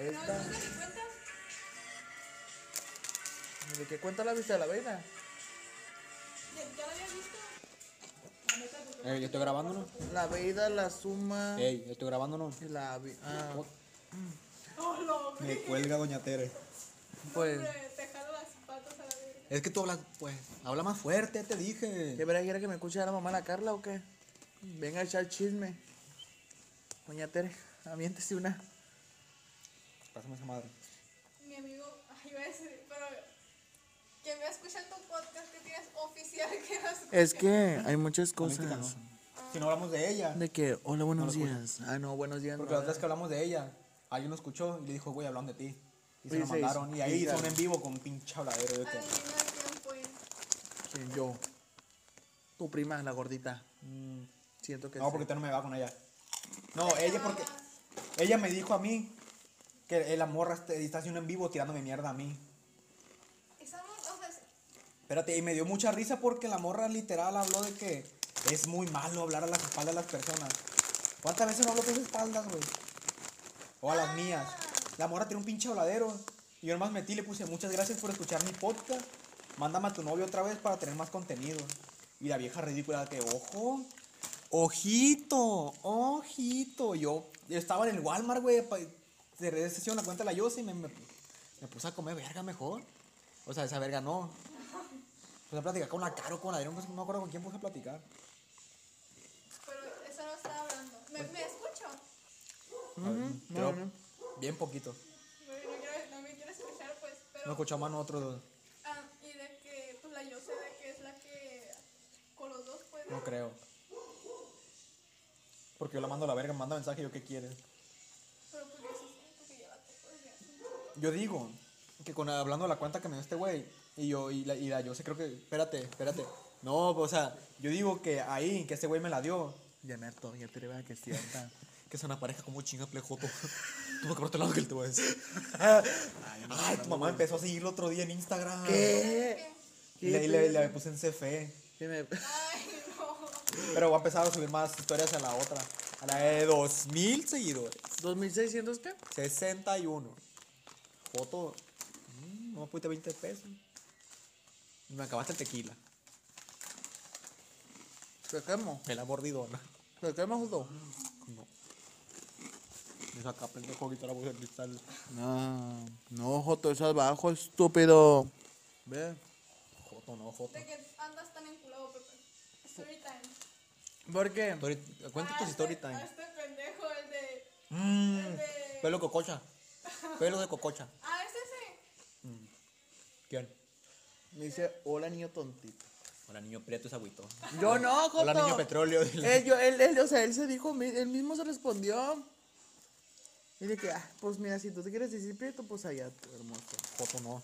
Esta. ¿De qué cuenta la vista de la vaina? Eh, yo estoy grabando, ¿no? La vaina, la suma. Ey, yo estoy grabando, ¿no? y La vi- ah, Me cuelga Doña Tere. pues. Es que tú hablas, pues, habla más fuerte, te dije. ¿Qué verás quiere que me escuche a la mamá la Carla o qué? Venga a echar chisme. Doña Tere, aviéntese una. Pásame esa madre. mi amigo, ay, iba a decir, pero que me escucha tu podcast que tienes oficial que no escucha. Es que hay muchas Política, cosas. ¿no? Si no hablamos de ella. De que, hola, buenos días. Ah, no, buenos días. Porque no. la otra vez que hablamos de ella, alguien nos escuchó y le dijo, güey, hablan de ti. Y se Y lo se mandaron. hizo Y ahí hizo un chingar. en vivo con pinche habladero de que. Adivina quién fue. ¿Quién? Yo. Tu prima, la gordita. mm, Siento que No, sí. porque tú no me va con ella. No, ella porque. Ella me dijo a mí que la morra está- está haciendo en vivo tirándome mierda a mí. Estamos, o sea, Espérate, y me dio mucha risa porque la morra literal habló de que es muy malo hablar a las espaldas de las personas. ¿Cuántas veces no hablo a tus espaldas, güey? O a las mías. La morra tiene un pinche habladero. Y yo nomás metí y le puse muchas gracias por escuchar mi podcast. Mándame a tu novio otra vez para tener más contenido. Y la vieja ridícula que, ojo, ojito, ojito. Yo estaba en el Walmart, güey. pa- De recesión la cuenta de la Yossi y me, me, me puse a comer verga mejor. O sea, esa verga no. Puse Pues, a platicar con la Caro, con la Adrián, pues, no me acuerdo con quién puse a platicar. pero eso no estaba hablando. ¿Me, me escucho? Pero bien poquito. No, no quiero- no me quiero escuchar, pues, No pero. escuchamos a nosotros dos. ah, y de que, pues la yo sé de que es la que. Con los dos, pues. No creo. Porque yo la mando a la verga, me manda mensaje, yo qué quieres. Pero pues yo sí sé, porque yo la toco desde hace mucho. Yo digo que con hablando de la cuenta que me dio este güey y yo y la, y la yo sé creo que espérate, espérate. No, pues, o sea, yo digo que ahí que este güey me la dio, Ya me hartó, ya te vea que es cierta. que es una pareja como chinga plejoto. Tú me cortas el lado que él te voy a decir. Ay, tu mamá empezó a seguirlo otro día en Instagram. ¿Qué? Y le, y le- le puse en CF. ¿Qué me- Ay, no. Pero voy a empezar a subir más historias a la otra. A la de 2000 seguidores. ¿2600 qué? 61. Foto. mm, No me pusiste 20 pesos. Me acabaste el tequila. ¿Te quemo? Me la mordidona. ¿Te quemo justo? Me saca pendejo quitar la bolsa de cristal. No, no, Joto, eso es bajo, estúpido. Ve. Joto, no, Joto. De que andas tan enculado, Pepe. Story time. ¿Por qué? Story- Cuenta Ah, tus este- story time. ah, Este pendejo, el de. Mm, El de. Pelo de cococha. Pelo de cococha. Ah, es ese. ¿Quién? Me dice, hola niño tontito. Hola, niño prieto es agüito. Yo no, Joto. Hola, niño petróleo. Él, yo- él, él, o sea, él se dijo, mi- él mismo se respondió. Y de que, ah, pues mira, si tú te quieres decir prieto, pues allá, tú, hermoso. Joto, no.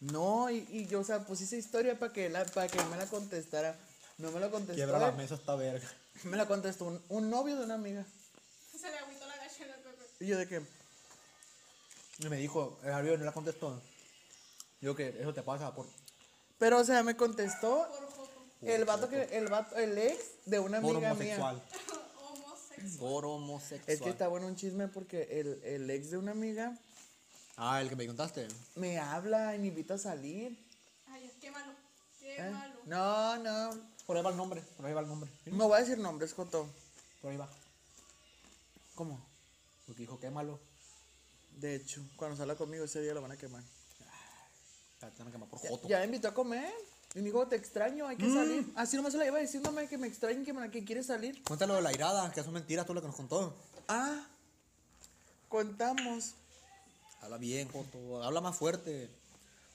No, y, y yo, o sea, puse esa historia para que, la, para que me la contestara. No me la contestó. Quiebra la él. mesa esta verga. Me la contestó un, un novio de una amiga. Se le agüitó. Y yo de que, Y me dijo, el Javier no la contestó. Yo que eso te pasa por, pero o sea, me contestó el vato que, el vato, el ex de una por amiga mía. homosexual. Por homosexual. Es que está bueno un chisme porque el, el ex de una amiga Ah, el que me contaste. me habla y me invita a salir. Ay, qué malo. Qué ¿eh? malo. No, no. Por ahí va el nombre, por ahí va el nombre. No voy a decir nombres, Joto. Por ahí va. ¿Cómo? Porque dijo, qué malo. De hecho, cuando salga conmigo ese día lo van a quemar. Te van a quemar por Ya, joto. Mm. ya me invitó a comer. Y me dijo, te extraño, hay que salir. Así nomás se la iba diciéndome que me extrañen, que, me- que quiere salir. Cuéntalo de la irada, que son mentiras todo lo que nos contó. Ah, contamos. Habla bien, Joto. Habla más fuerte.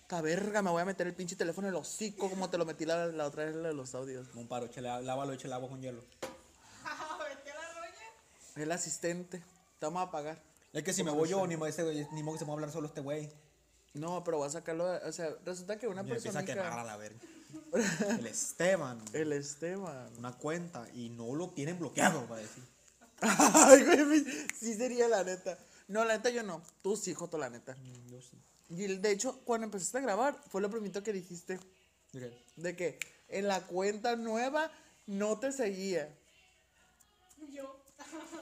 Ta verga, me voy a meter el pinche teléfono en el hocico como te lo metí la, la otra vez en los audios. No, un paro, échale, lávalo, echa el agua con hielo. Vete a la roña. El asistente. Te vamos a pagar. Es que si me voy yo, ni mo- ese güey- ni modo que se me va a hablar solo este güey. No, pero voy a sacarlo. de- O sea, resulta que una Y me empieza persona. a quemar a la verga. El Esteban. El Esteban. Una cuenta y no lo tienen bloqueado, va a decir. Ay, güey, sí sería la neta. No, la neta yo no. Tú sí, Joto, la neta. Mm, Yo sí. Y de hecho, cuando empezaste a grabar, fue lo primero que dijiste. ¿De qué? De que en la cuenta nueva no te seguía. Yo.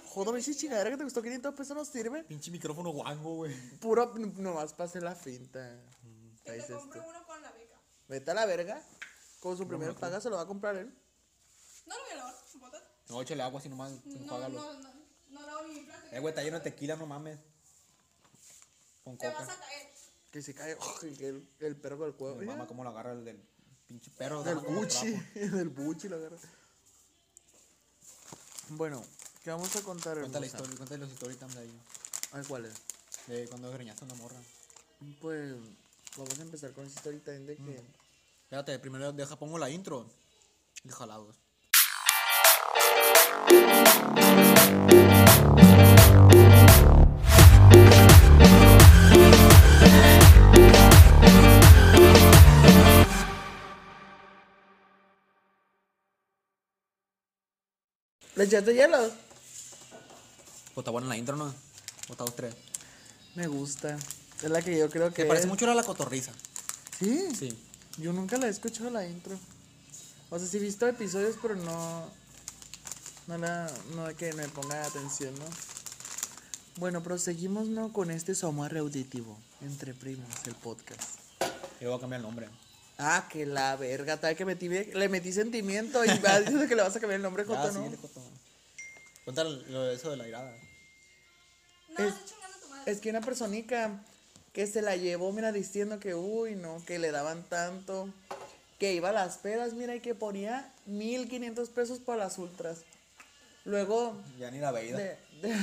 Joder, esa chingadera que te costó 500 pesos no sirve. Pinche micrófono guango, güey. Puro, n- nomás pasé la finta. Mm. Que Ahí te dices compre tú. uno con la beca. Vete a la verga. Con su primer paga se lo va a comprar él. No lo voy a lavar. Bota. No, échale agua así nomás. Pues No, enjuágalo. no, no. No lavo mi plato. Eh, güey, está lleno de tequila, no mames. Con Te vas coca. a caer. Que se cae que el, el perro del cuello. Mi mamá, cómo lo agarra el del pinche perro. Del nada más con el buchi, trapo. del buchi la agarra. Bueno, ¿qué vamos a contar, Cuéntale la hermosa? historia, cuéntale los story time de ahí. Ay, ¿cuál es? De cuando greñaste a una morra. Pues, vamos a empezar con esta historia también de que... Espérate, primero deja, pongo la intro. Y jalados. ¿Le echaste hielo? Pues está buena la intro, ¿no? O está dos, tres. Me gusta. Es la que yo creo que Que parece es. mucho a la cotorriza. ¿Sí? Sí. Yo nunca la he escuchado la intro. O sea, sí he visto episodios, pero no... No la... No de que me ponga atención, ¿no? Bueno, proseguimos, ¿no? Con este somarre auditivo. Entre primos, el podcast. Yo voy a cambiar el nombre. Ah, que la verga, tal que metí, bien- le metí sentimiento y va diciendo que le vas a cambiar el nombre, Joto, Ya, ¿no? síguele, Joto. Cuéntale lo de eso de la irada. No, Es- estoy chingando a tu madre. Es que una personica que se la llevó, mira, diciendo que, uy, no, que le daban tanto, que iba a las pedas, mira, y que ponía 1500 pesos para las ultras. Luego, Ya ni la veida. de. de,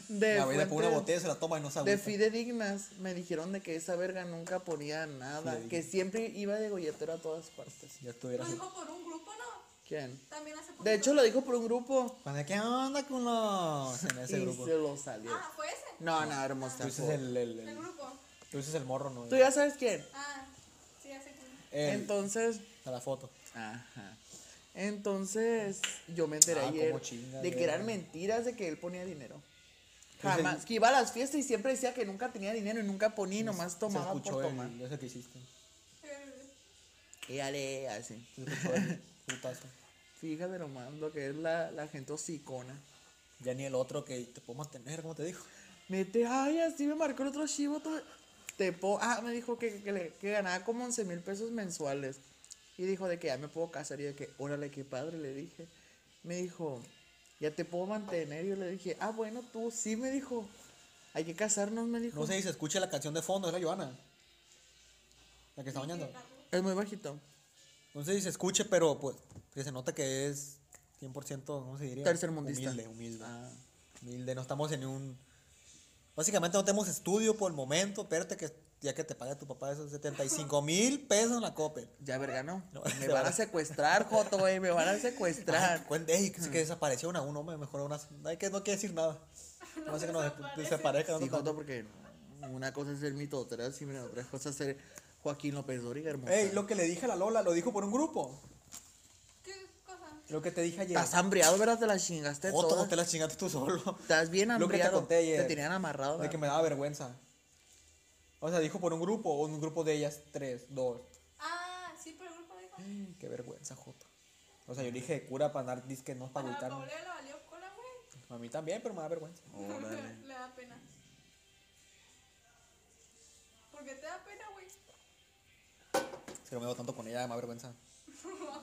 de la veida por una fuentes- botella se la toma y no se De agüita. fidedignas me dijeron de que esa verga nunca ponía nada, que siempre iba de golletero a todas partes. Ya estuviera Lo así. dijo por un grupo, ¿no? ¿Quién? También hace poquito. De hecho lo dijo por un grupo. Cuando, ¿Qué onda con los en ese y grupo? se lo salió. Ah, fue ese. No, no, hermosa. Tú dices el, el, El el- grupo. tú dices el morro, ¿no? Tú ya sabes quién. Ah, sí, hace poquito. El- Entonces, a la foto. ajá. Entonces, yo me enteré Ah, ayer cómo chinga, de que güey. eran mentiras de que él ponía dinero. Pues el- Jamás. Que iba a las fiestas y siempre decía que nunca tenía dinero y nunca ponía y nomás tomaba se por escuchó tomar. el, ese que hiciste. Y ale, así. Se escuchó el putazo. Fíjate nomás lo que es la, la gente hocicona. Ya ni el otro que te puedo mantener, como te dijo. Mete, ay, así me marcó el otro chivo. todo- Te po- ah, me dijo que, que le- que ganaba como 11 mil pesos mensuales. Y dijo de que ya me puedo casar. Y de que, órale, qué padre, le dije. Me dijo, ya te puedo mantener. Y yo le dije, ah, bueno, tú sí, me dijo. Hay que casarnos, me dijo. No sé si se escucha la canción de fondo, es la Joana. La que está bañando. Es muy bajito. No sé si se escuche, pero pues que se nota que es 100%, ¿cómo se diría? Tercermundista. Ah. Humilde, humilde. Humilde, no estamos en un... Básicamente no tenemos estudio por el momento, espérate que ya que te pague tu papá esos 75 mil pesos en la Coppel. Ya, verga, no. No, me de van a verdad. secuestrar, Joto, güey. Me van a Ay, secuestrar. que cuen- ey, que Mm. sí que desapareció una, un hombre, mejor una. Ay, que no quiere decir nada. No, sé que nos desaparezca. no Sí, nos- Joto, porque una cosa es ser mitoterazo y mira, otra cosa es ser Joaquín López Dóriga, hermoso. Ey, lo que le dije a la Lola, lo dijo por un grupo. ¿Qué cosa? Lo que te dije ayer. Estás hambreado, ¿verdad? Te la chingaste Joto, toda. te la chingaste tú solo. Estás bien Lo que te hambreado. conté ayer. Te tenían amarrado, De ¿verdad? que me daba vergüenza. O sea, dijo por un grupo, o un grupo de ellas, tres, dos. Ah, sí, pero el grupo dijo. Mm, Qué vergüenza, Jota. O sea, yo le dije cura para andar disque, no para A agüitarme. Ah, Paulina le valió cola, güey. A mí también, pero me da vergüenza. le da pena. ¿Por qué te da pena, güey? Si no me veo tanto con ella, me da vergüenza.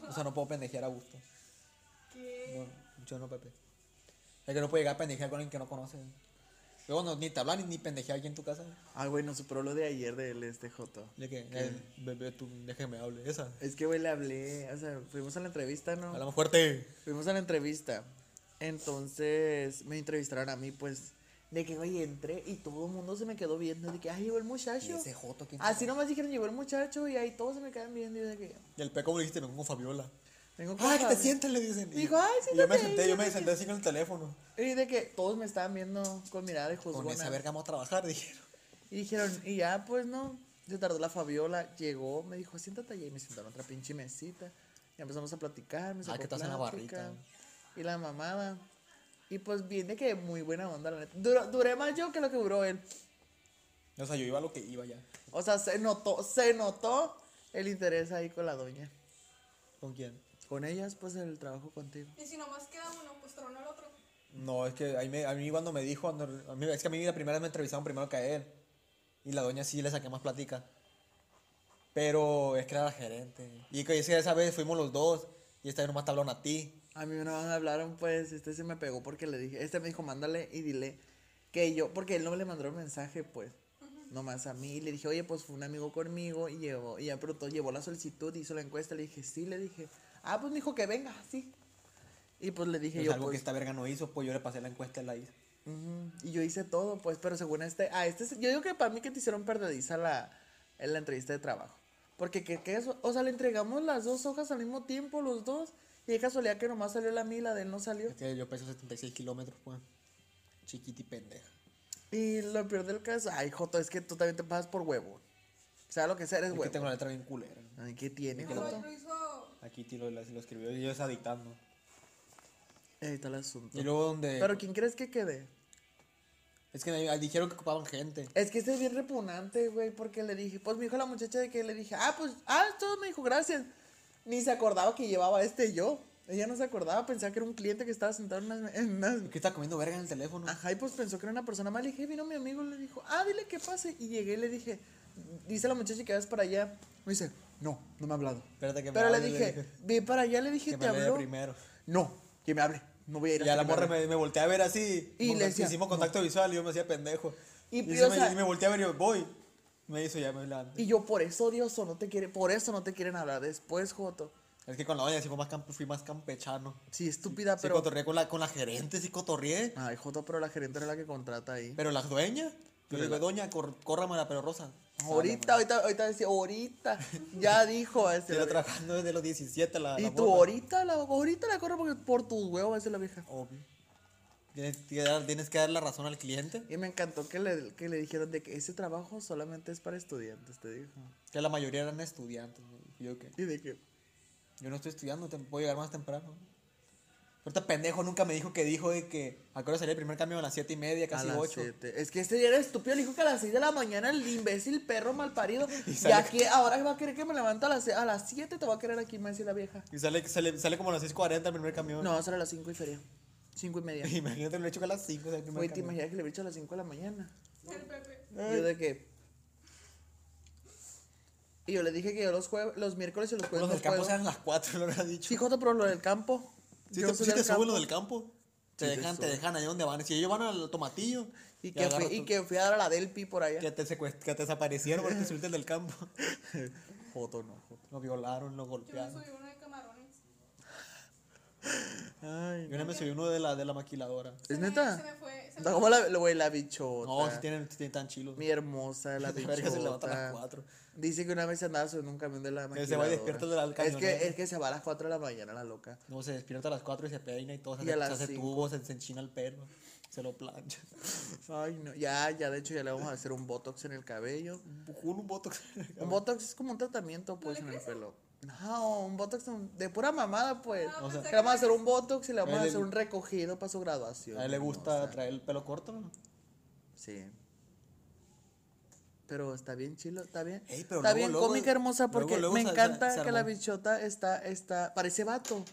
O sea, no puedo pendejear a gusto. ¿Qué? No, yo no, Pepe. Es que no puedo llegar a pendejear con alguien que no conoce. Luego no, ni te hablan ni, ni pendejear aquí en tu casa. Ay, Ah, güey, nos superó lo de ayer del este Joto. De que, eh, bebé, tú déjame hable. Esa. Es que, güey, le hablé. O sea, fuimos a la entrevista, ¿no? Hablamos fuerte. Fuimos a la entrevista. Entonces me entrevistaron a mí, pues, de que, güey, entré y todo el mundo se me quedó viendo. De que, ah, llegó el muchacho. ¿Y ese joto quién Así nomás dijeron, llegó el muchacho y ahí todos se me quedan viendo. Y yo de que, Y el peco me dijiste, me con Fabiola. vengo con ¡Ay, Ah, que te Fabi. sientes! Le dicen. Y- Dijo, "Ay, y Yo me siéntate, senté, yo me siéntate". senté así con el teléfono. Y de que todos me estaban viendo con mirada de Con esa juzgona. verga vamos a trabajar, dijeron. Y dijeron, y ya, pues no. Se tardó la Fabiola, llegó, me dijo, siéntate allá. Y me sentaron a otra pinche mesita. Y empezamos a platicar. Me Ah, que sacó estás en la plática, barrita. Y la mamada. Y pues viene que muy buena onda, la neta. Duró- duré más yo que lo que duró él. O sea, yo iba a lo que iba ya. O sea, se notó, se notó el interés ahí con la doña. ¿Con quién? Con ellas, pues el trabajo contigo. Y si nomás queda uno, pues tronó el otro. No, es que a mí, me- a mí cuando me dijo, cuando- a mí- es que a mí la primera vez me entrevistaron primero que a él. Y la doña sí le saqué más plática. Pero es que era la gerente. Y que esa esa vez fuimos los dos. Y esta vez nomás te hablaron a ti. A mí una vez me hablaron, pues, este se me pegó porque le dije, este me dijo, mándale y dile que yo, porque él no le mandó el mensaje, pues, nomás a mí. Y le dije, oye, pues fue un amigo conmigo y llevó, y ya preguntó, llevó la solicitud, hizo la encuesta, le dije, sí, le dije, ah, pues me dijo que venga, sí. Y pues le dije Es yo, algo que pues, esta verga no hizo, pues yo le pasé la encuesta y la hice. ujú, y yo hice todo, pues, pero según este, a este, se- yo digo que para mí que te hicieron perdediza la, en la entrevista de trabajo. Porque, que, que eso, o sea, le entregamos las dos hojas al mismo tiempo, los dos, y de casualidad que nomás salió la mía y la de él no salió. Es que yo peso 76 kilómetros, pues. Chiquiti pendeja. Y lo peor del caso, ay, Joto, es que tú también te pasas por huevo. O sea, lo que sea, eres Es que huevo. tengo la letra bien culera. Ay, ¿Qué tiene, Pero Joto? lo hizo. Aquí tiro lo, lo escribió y yo estaba dictando. Ahí está el asunto. Y luego eh, donde... Pero ¿quién crees que quede? Es que me- dijeron que ocupaban gente. Es que este es bien repugnante, güey, porque le dije, pues me dijo la muchacha de que le dije, ah, pues, ah, todo me dijo, gracias. Ni se acordaba que llevaba este yo. Ella no se acordaba, pensaba que era un cliente que estaba sentado en unas... en unas- Que estaba comiendo verga en el teléfono. Ajá, y pues pensó que era una persona mal. Le dije, vino mi amigo, le dijo, ah, dile que pase. Y llegué y le dije, dice la muchacha que vas para allá. Me dice, no, no me ha hablado. Espérate que me Pero le hable, le dije, dije. ve para allá, le dije, que te me lea habló. primero. No, que me hable. No voy a ir Y a hasta la que morra hable. me, me volteé a ver así. Y Y le decía, hicimos contacto visual y yo me hacía pendejo. Y Y, pio, se o me, sea- y me volteé a ver y yo, voy. Me hizo ya, me levanté. Y yo, por eso, Dios, no te quiere, por eso no te quieren hablar después, Joto. Es que con la doña sí fue más camp- fui más campechano. Sí, estúpida, Sí pero. cotorreé con la, con la gerente, sí cotorreé. Ay, Joto, pero la gerente era la que contrata ahí. Pero la dueña, yo le digo, doña, cor, córramela, pero rosa. ahorita, ahorita, ahorita decía, ahorita. Ya dijo a ese. Estoy la- trabajando desde los 17 la Y la tú morra. ahorita la, ahorita la corre porque por tus huevos esa es la vieja. Obvio. Tienes que, dar, tienes que dar la razón al cliente. Y me encantó que le, que le dijeron de que ese trabajo solamente es para estudiantes, te dijo. Que la mayoría eran estudiantes. ¿no? Y Yo que Y de que, Yo no estoy estudiando, te puedo llegar más temprano. Ahorita pendejo nunca me dijo que dijo de que. ¿A qué hora salía el primer cambio? A las 7 y media, a casi las 8. siete. Es que este día era estúpido, le dijo que a las 6 de la mañana el imbécil perro malparido. Y y sale- aquí ahora va a querer que me levanta a las, se- a las 7, te va a querer aquí, me decía la vieja. Y sale, sale, sale como a las 6.40 el primer camión. No, será a las 5 y feria. 5 y media. Imagínate, lo he hecho que a las 5 sale el primer Güey, te camión. imaginas que le he dicho a las 5 de la mañana. El Pepe. Y Yo de que. Y yo le dije que yo los jueves, los miércoles y los jueves. Los del no campo puedo. eran las 4, lo habrá dicho. Sí, Joto, pero lo del campo. Si yo te, soy sí del te suben campo. lo del campo. Te Sí te dejan, te suben. dejan ahí donde van. Si ellos van al tomatillo. Y ya que, fui, agarra y tu- que fui a dar a la Delpi por allá. que te, secuest- que te desaparecieron porque te subiste del campo. Joto, no, Joto. Lo violaron, lo Yo me golpearon. subí uno de camarones. Ay, Yo una vez me subí uno de la, de la maquiladora. ¿Es me- neta? se me fue- se No, me como la, lo- güey, la bichota. No, si tienen, si tienen tan chilos. Mi hermosa, la La verga bichota. se levanta a las cuatro. Dice que una vez andaba en un camión de la mañana. Que se va y despierta de la es camioneta. que, es que se va a las 4 de la mañana, la loca. No, se despierta a las 4 y se peina y todo. Se, Y le a las se hace cinco. tubo, se, se enchina el pelo, se lo plancha. Ay, no. Ya, ya, de hecho, ya le vamos a hacer un botox en el cabello. Un botox. Un botox es como un tratamiento, pues, en el pelo. No, un botox un- de pura mamada, pues. No, O sea- pensé que que le vamos a era- hacer un botox y le vamos A a él le- hacer un recogido para su graduación. A él le ¿no? gusta O sea, traer el pelo corto. ¿no? Sí. Pero está bien chilo, está bien. Ey, pero está luego, bien luego- cómica, hermosa, luego, porque luego me se- se- encanta se que la armó. bichota está, está, parece vato,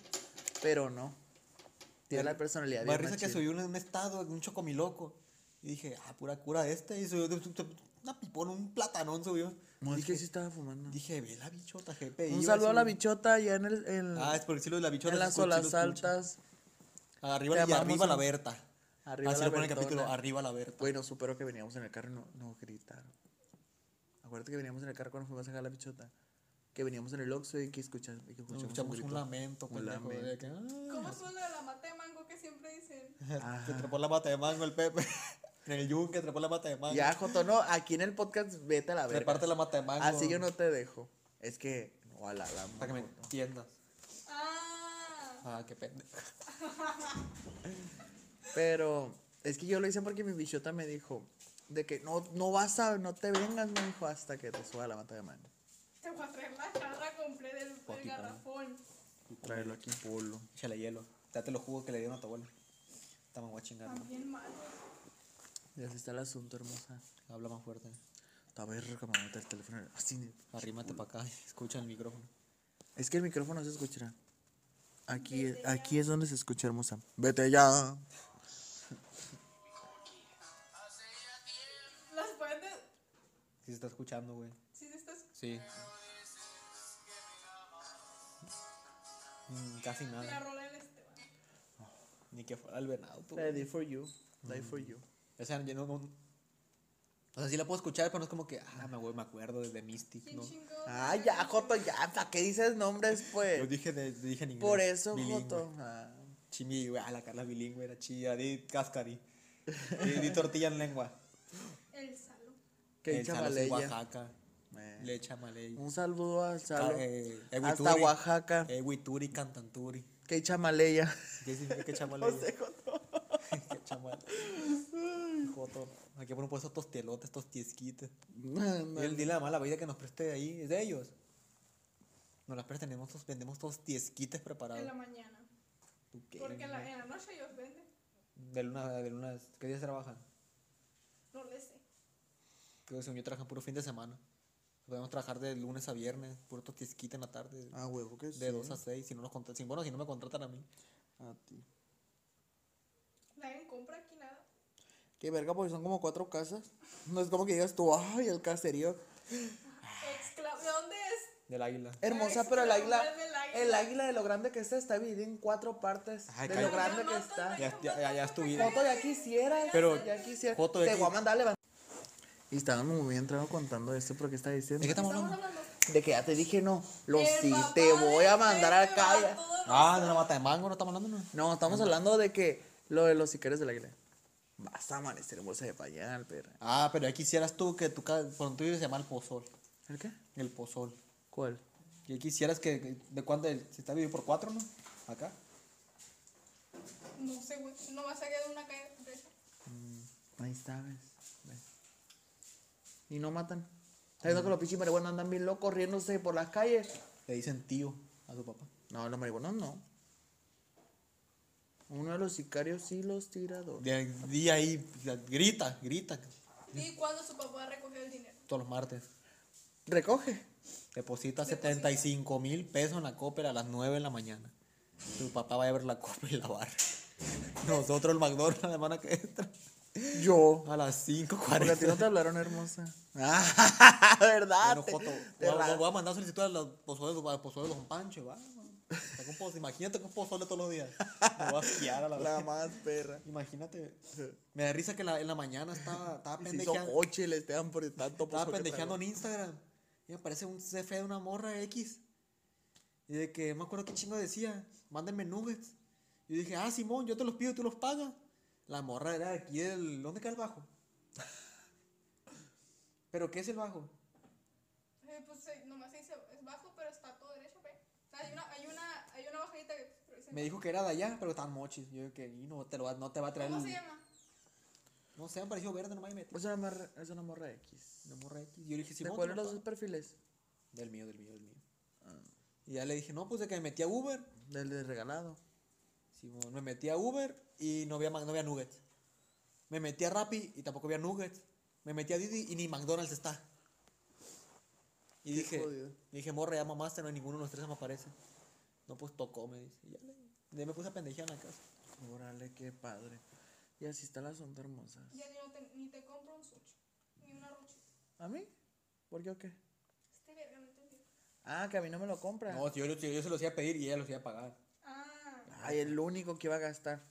pero no. Tiene la personalidad Me bien da risa que machín. subió un, un estado, un chocomiloco. Y dije, ah, pura cura de este. Y subió de- de- de- una pipona, un platanón subió. No, es dije, que sí estaba fumando. dije, ve la bichota, jefe. Un iba saludo a la subiendo. bichota allá en el, en, Ah, es por el de la bichota. en se las escucha, sí lo olas escucha. altas. Arriba, Te y amamos, arriba la am- Berta. Arriba Así la lo pone el Bertona. capítulo, arriba la Berta. Bueno, supero que veníamos en el carro y no, no gritaron. Acuérdate que veníamos en el carro cuando fuimos a dejar la bichota. Que veníamos en el Oxxo y que escuchamos, y que Nos escuchamos, escuchamos un grito. lamento, Un pendejo. lamento. de que, ah, ¿Cómo es lo de la mata de mango que siempre dicen? Se ah, trepó la mata de mango el Pepe. en el yunque trepó la mata de mango. Ya, Joto, no, aquí en el podcast vete a la verga. Reparte la mata de mango. Así Ah, yo no te dejo. Es que, no, a la, la Para que me entiendas. Ah, Ah, qué pendejo. Pero es que yo lo hice porque mi bichota me dijo de que no, no vas a, no te vengas, me dijo, hasta que te suba la mata de mano. te voy a traer la jarra completa del del Poquito, ¿no? garrafón. Traerlo aquí polo. Échale hielo. Date los jugos que le dieron a tu abuela. Está más chingada. También malo. Y así Ah, está el asunto, hermosa. Habla más fuerte. Está verga, me va a meter el teléfono. Así, ne- Arrímate para acá. y Escucha el micrófono. es que el micrófono se escuchará. Aquí, aquí es donde se escucha, hermosa. Vete ya. Las pueden de... Si se está escuchando, güey. Si te estás... Sí. Mm, casi La nada. rola del Esteban. Ni que fuera el venado, tú. Mm. Die for you. Die for you. O sea, yo no. no- O sea, sí la puedo escuchar, pero no es como que. Ah, me, güey, me acuerdo desde Mystic, ¿Quién ¿no? chingó? Ah, ya, Joto, ya. ¿Para qué dices nombres, Yo pues? dije, de, dije en inglés. Por eso, bilingüe. Joto. Ah. Chimi, güey, ah, la Carla bilingüe era chida. Di cascari. Di, di tortilla en lengua. El Salo. Que El Salas en chamaleya. Oaxaca. Eh. Le chamaleya. Un saludo al Salo. Ca- eh, eh, Hasta Huituri. Oaxaca. Eh, Huituri, Cantanturi. Que chamaleya. ¿Qué significa que chamaleya? Qué chamal. Joto. Aquí ponen puestos estos telotes, estos tiesquites. Él dile a la mala vida que nos preste de ahí, es de ellos. Nos las presten, tenemos estos- vendemos todos En Ah. tiesquites la preparados. mañana. ¿Tú qué? Porque en la, en la noche ellos venden. De luna, de lunas, ¿qué días trabajan? No les sé. Creo que según yo trabajan puro fin de semana. Podemos trabajar de lunes a viernes, puro estos tiesquites en la tarde. Ah, huevo, que De 2 a 6, si no nos contratan, bueno, si no me contratan a mí. A ti. Nadie compra aquí nada. Qué verga, porque son como cuatro casas. No es como que digas tú, ay, el caserío. Exclave. ¿De dónde es? Del águila. Hermosa, Ay, pero el la águila, madre del águila. el águila de lo grande que está, está dividida en cuatro partes. Ay, de lo cállate. grande que Matan, está. matan, Ya- ya- ya- ya estuvieron. Joto, ya quisieras. Pero, ya quisieras. Joto, ya Te voy a qui- mandar a levantar. Y estaban muy bien trago contando esto porque está diciendo. ¿De qué estamos Estamos hablando? hablando. De que ya te dije no. Lo El sí, papá te voy a del mandar al Pepe va calle. todo- Ah, de la mata de mango, no estamos hablando, ¿no? No, estamos hablando de que lo de los sicarios del águila. Vas a amanecer en bolsa de payal, perra. Ah, pero ya quisieras tú que tu casa, por donde tú vives se llama el pozol. ¿El qué? El pozol. ¿Cuál? Y quisieras que, que- ¿de cuánto? el- Si está vivido por cuatro, ¿no? Acá. No sé, güey. No me saqué de una calle. de esa. Ahí está, ves. Ve. Y no matan. Está viendo que los pinches marihuanos andan bien locos riéndose por las calles. Le dicen tío a su papá. No, los marihuanos no. Uno de los sicarios sí los tiradores. De, de ahí, la- grita, grita. ¿Y cuándo su papá recogió el dinero? Todos los martes. Recoge. Deposita 75 mil pesos en la cópera a las 9 de la mañana. Tu papá va a ver la cópera y la barra. Nosotros el McDonald's la semana que entra. Yo. A las Porque a ti no 5.40. te hablaron, hermosa. Ah, ¿verdad? Bueno, Te- Joto, te voy a- ra- voy a mandar solicitud a los pozoles, a los pozoles de Don Pancho, va. va. Saca un pozo- Imagínate con pozole todos los días. Me voy a fiar a La la verdad. más perra. Imagínate. Me da risa que la- en la mañana estaba, estaba Y Se hizo pendejeando. coche, le estaban por tanto pues, Estaba pozo que pendejeando en Instagram. Y me aparece un CF de una morra X. Y de que, me acuerdo qué chingo decía, mándenme nuggets. Y dije, ah, Simón, yo te los pido, tú los pagas. La morra era de aquí del... ¿Dónde cae el bajo? ¿Pero qué es el bajo? Eh, pues eh, nomás se dice, es bajo, pero está todo derecho, ve. O sea, Hay una, hay una, hay una bajadita que... pero dice- Me dijo que era de allá, pero están mochis. Yo dije que "Y no te, lo va, no te va a traer ¿Cómo el- se llama? No sé, me pareció verde, nomás me metí. Es una, morra, es una morra X. La morra X. Yo dije, ¿De Simón, te cuál de los los pago". dos perfiles? Del mío, del mío, del mío. Y ya le dije, no, pues de que me metí a Uber. Del de regalado. Simón, me metí a Uber y no había, Mac- no había Nuggets. Me metí a Rappi y tampoco había Nuggets. Me metí a Didi y ni McDonald's está. Y Qué dije, jodido. dije, morra, ya mamaste, no hay ninguno de los tres me aparece. No, pues tocó, me dice. Y ya le, de ahí me puse a pendejear en la casa. Órale, qué padre. Y así está la sonda hermosa. Ya ni, no te, ni te compro un sushi, ni una ruchita. ¿A mí? ¿Por qué o qué? Este verga no entendí. Ah, que a mí no me lo compra. No, yo, yo, yo se los iba a pedir y ella los iba a pagar. Ah, Ay, el único que iba a gastar.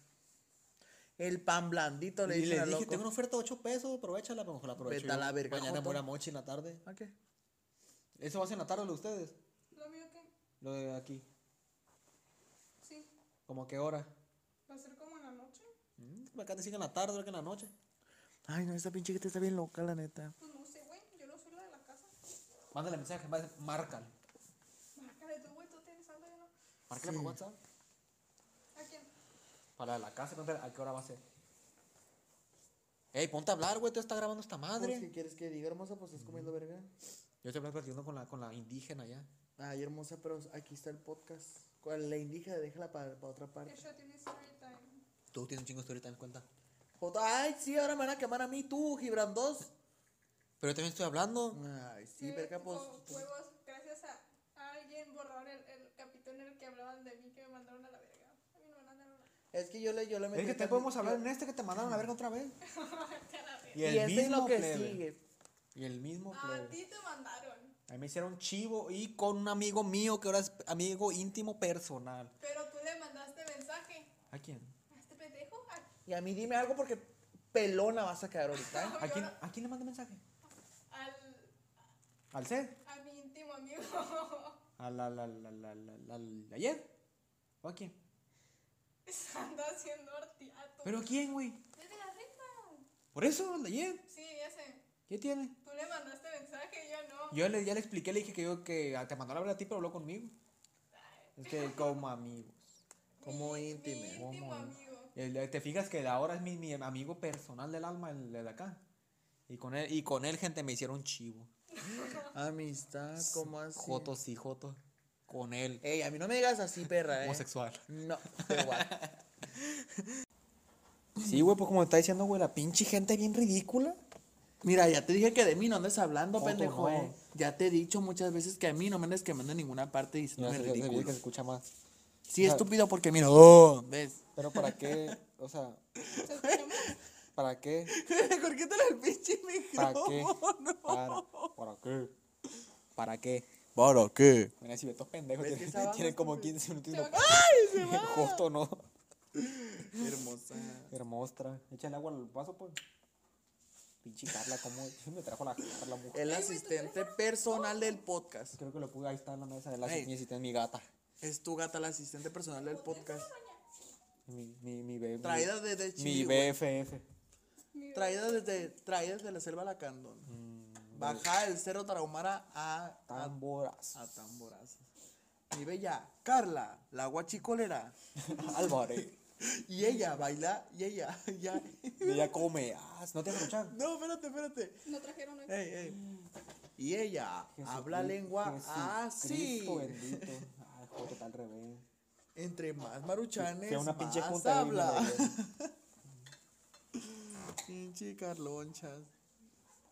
El pan blandito le y dicen le al dije, loco. tengo una oferta de 8 pesos, aprovechala, pero mejor la aprovecho. Vete a yo. la verga, Mañana Joto. voy a mochi en la tarde. ¿A qué? Eso va a ser en la tarde lo de ustedes, lo mío que lo de aquí. sí, ¿Como a qué hora? va a ser como en la noche. Mm, Acá te siguen en la tarde, que en la noche. Ay, no, esa pinche que te está bien loca, la neta. Pues no sé, güey, yo no soy la de la casa. Mándale mensaje, má- márcale. Márcale tú, güey, tú tienes algo, yo no. Márcale por WhatsApp. ¿A quién? Para la casa, pregúntale a qué hora va a ser. Ey, ponte a hablar, güey, tú estás grabando esta Pues, madre. ¿Qué quieres que diga, hermosa? Pues estás comiendo verga. Yo estoy platicando con la, con la indígena ya. Ay, hermosa, pero aquí está el podcast. Con La indígena, déjala para otra parte. Ella tiene story time. Tú tienes un chingo de historia también cuenta. Joto, Ay, sí, ahora me van a quemar a mí, tú, Gibran 2. Pero yo también estoy hablando. Ay, sí, Que, verga, pues. oh, huevos, gracias a a alguien borraron el, el capítulo en el que hablaban de mí que me mandaron a la verga. A mí no me mandaron a la Es que yo le, yo le metí. también- yo- este que te mandaron a ver otra vez. Y, este es lo que sigue. Y el mismo verga. A plebe. Ah, ti te mandaron, A mí me hicieron chivo y con un amigo mío que ahora es amigo íntimo personal. pero tú le mandaste mensaje. ¿A quién? ¿A este pendejo? ¿A Y a mí dime algo porque pelona vas a quedar ahorita. ¿eh? ¿A quién, ¿a quién le mandé mensaje? al, ¿Al C? a mi íntimo amigo. ¿Al, al, al, al, al, al- al- ayer? ¿O a quién? Anda haciendo artiato. ¿Pero a quién, güey? Desde la reta. Por eso, al de ayer. Sí, ya sé. ¿Qué tiene? Tú le mandaste mensaje, yo no. Yo le, ya le expliqué, le dije que yo que te mandó la verdad a ti, pero habló conmigo. Es que como amigos. Como Mi- íntimo. Mi como íntimo am- amigo. El- el- te fijas que ahora es mi, mi amigo personal del alma, el, el de acá. Y con él, y con él, gente, me hicieron chivo. Amistad, ¿cómo así? Joto, sí, Joto. Con él. Ey, a mí no me digas así, perra, ¿eh? Homosexual. No, da igual. Sí, güey, pues como está diciendo, güey, la pinche gente bien ridícula. Mira, ya te dije que de mí no andes hablando, Joto, pendejo, no. ¿eh? Ya te he dicho muchas veces que a mí no me andes quemando en ninguna parte y No, me se- se- se- ridículo. que se escucha más. Sí, Ya. estúpido, porque mira, oh, ¿ves? Pero para qué, o sea, ¿Se escuchó mal? ¿para qué? ¿Por qué te la el pinche ¿Para qué? ¿Para, para qué? ¿Para qué? ¿Para qué? Mira, si ve estos pendejos ¿Ves que tienen, esa banda tienen está como pe- 15 minutos. y Se no- va a- Justo no. Hermosa. Hermosa. Échale agua al vaso, pues. Pinche Carla, ¿cómo me trajo la Carla mujer? El asistente personal del podcast. Creo que lo pude, ahí está en la mesa de la Ey. mi asistente, mi gata. Es tu gata, la asistente personal del podcast. Mi, mi, mi bebé. Traída desde Mi Chile. güey. BFF. Traída desde, traída desde la selva Lacandón. Baja el cerro Tarahumara a, a, Tamborazo. a Tamborazas. Mi bella Carla, la guachicolera. Álvarez. Y ella baila, y ella, ya. Y ella come. Ah, ¿No te has escuchado? No, espérate, espérate. No trajeron hoy. Ey, ey. Y ella habla Jesucri- lengua así. Jesucristo bendito. Ay, joder, está al revés. Entre más Fui maruchanes, a una pinche más junta ahí, habla. madre. Pinche Carlonchas.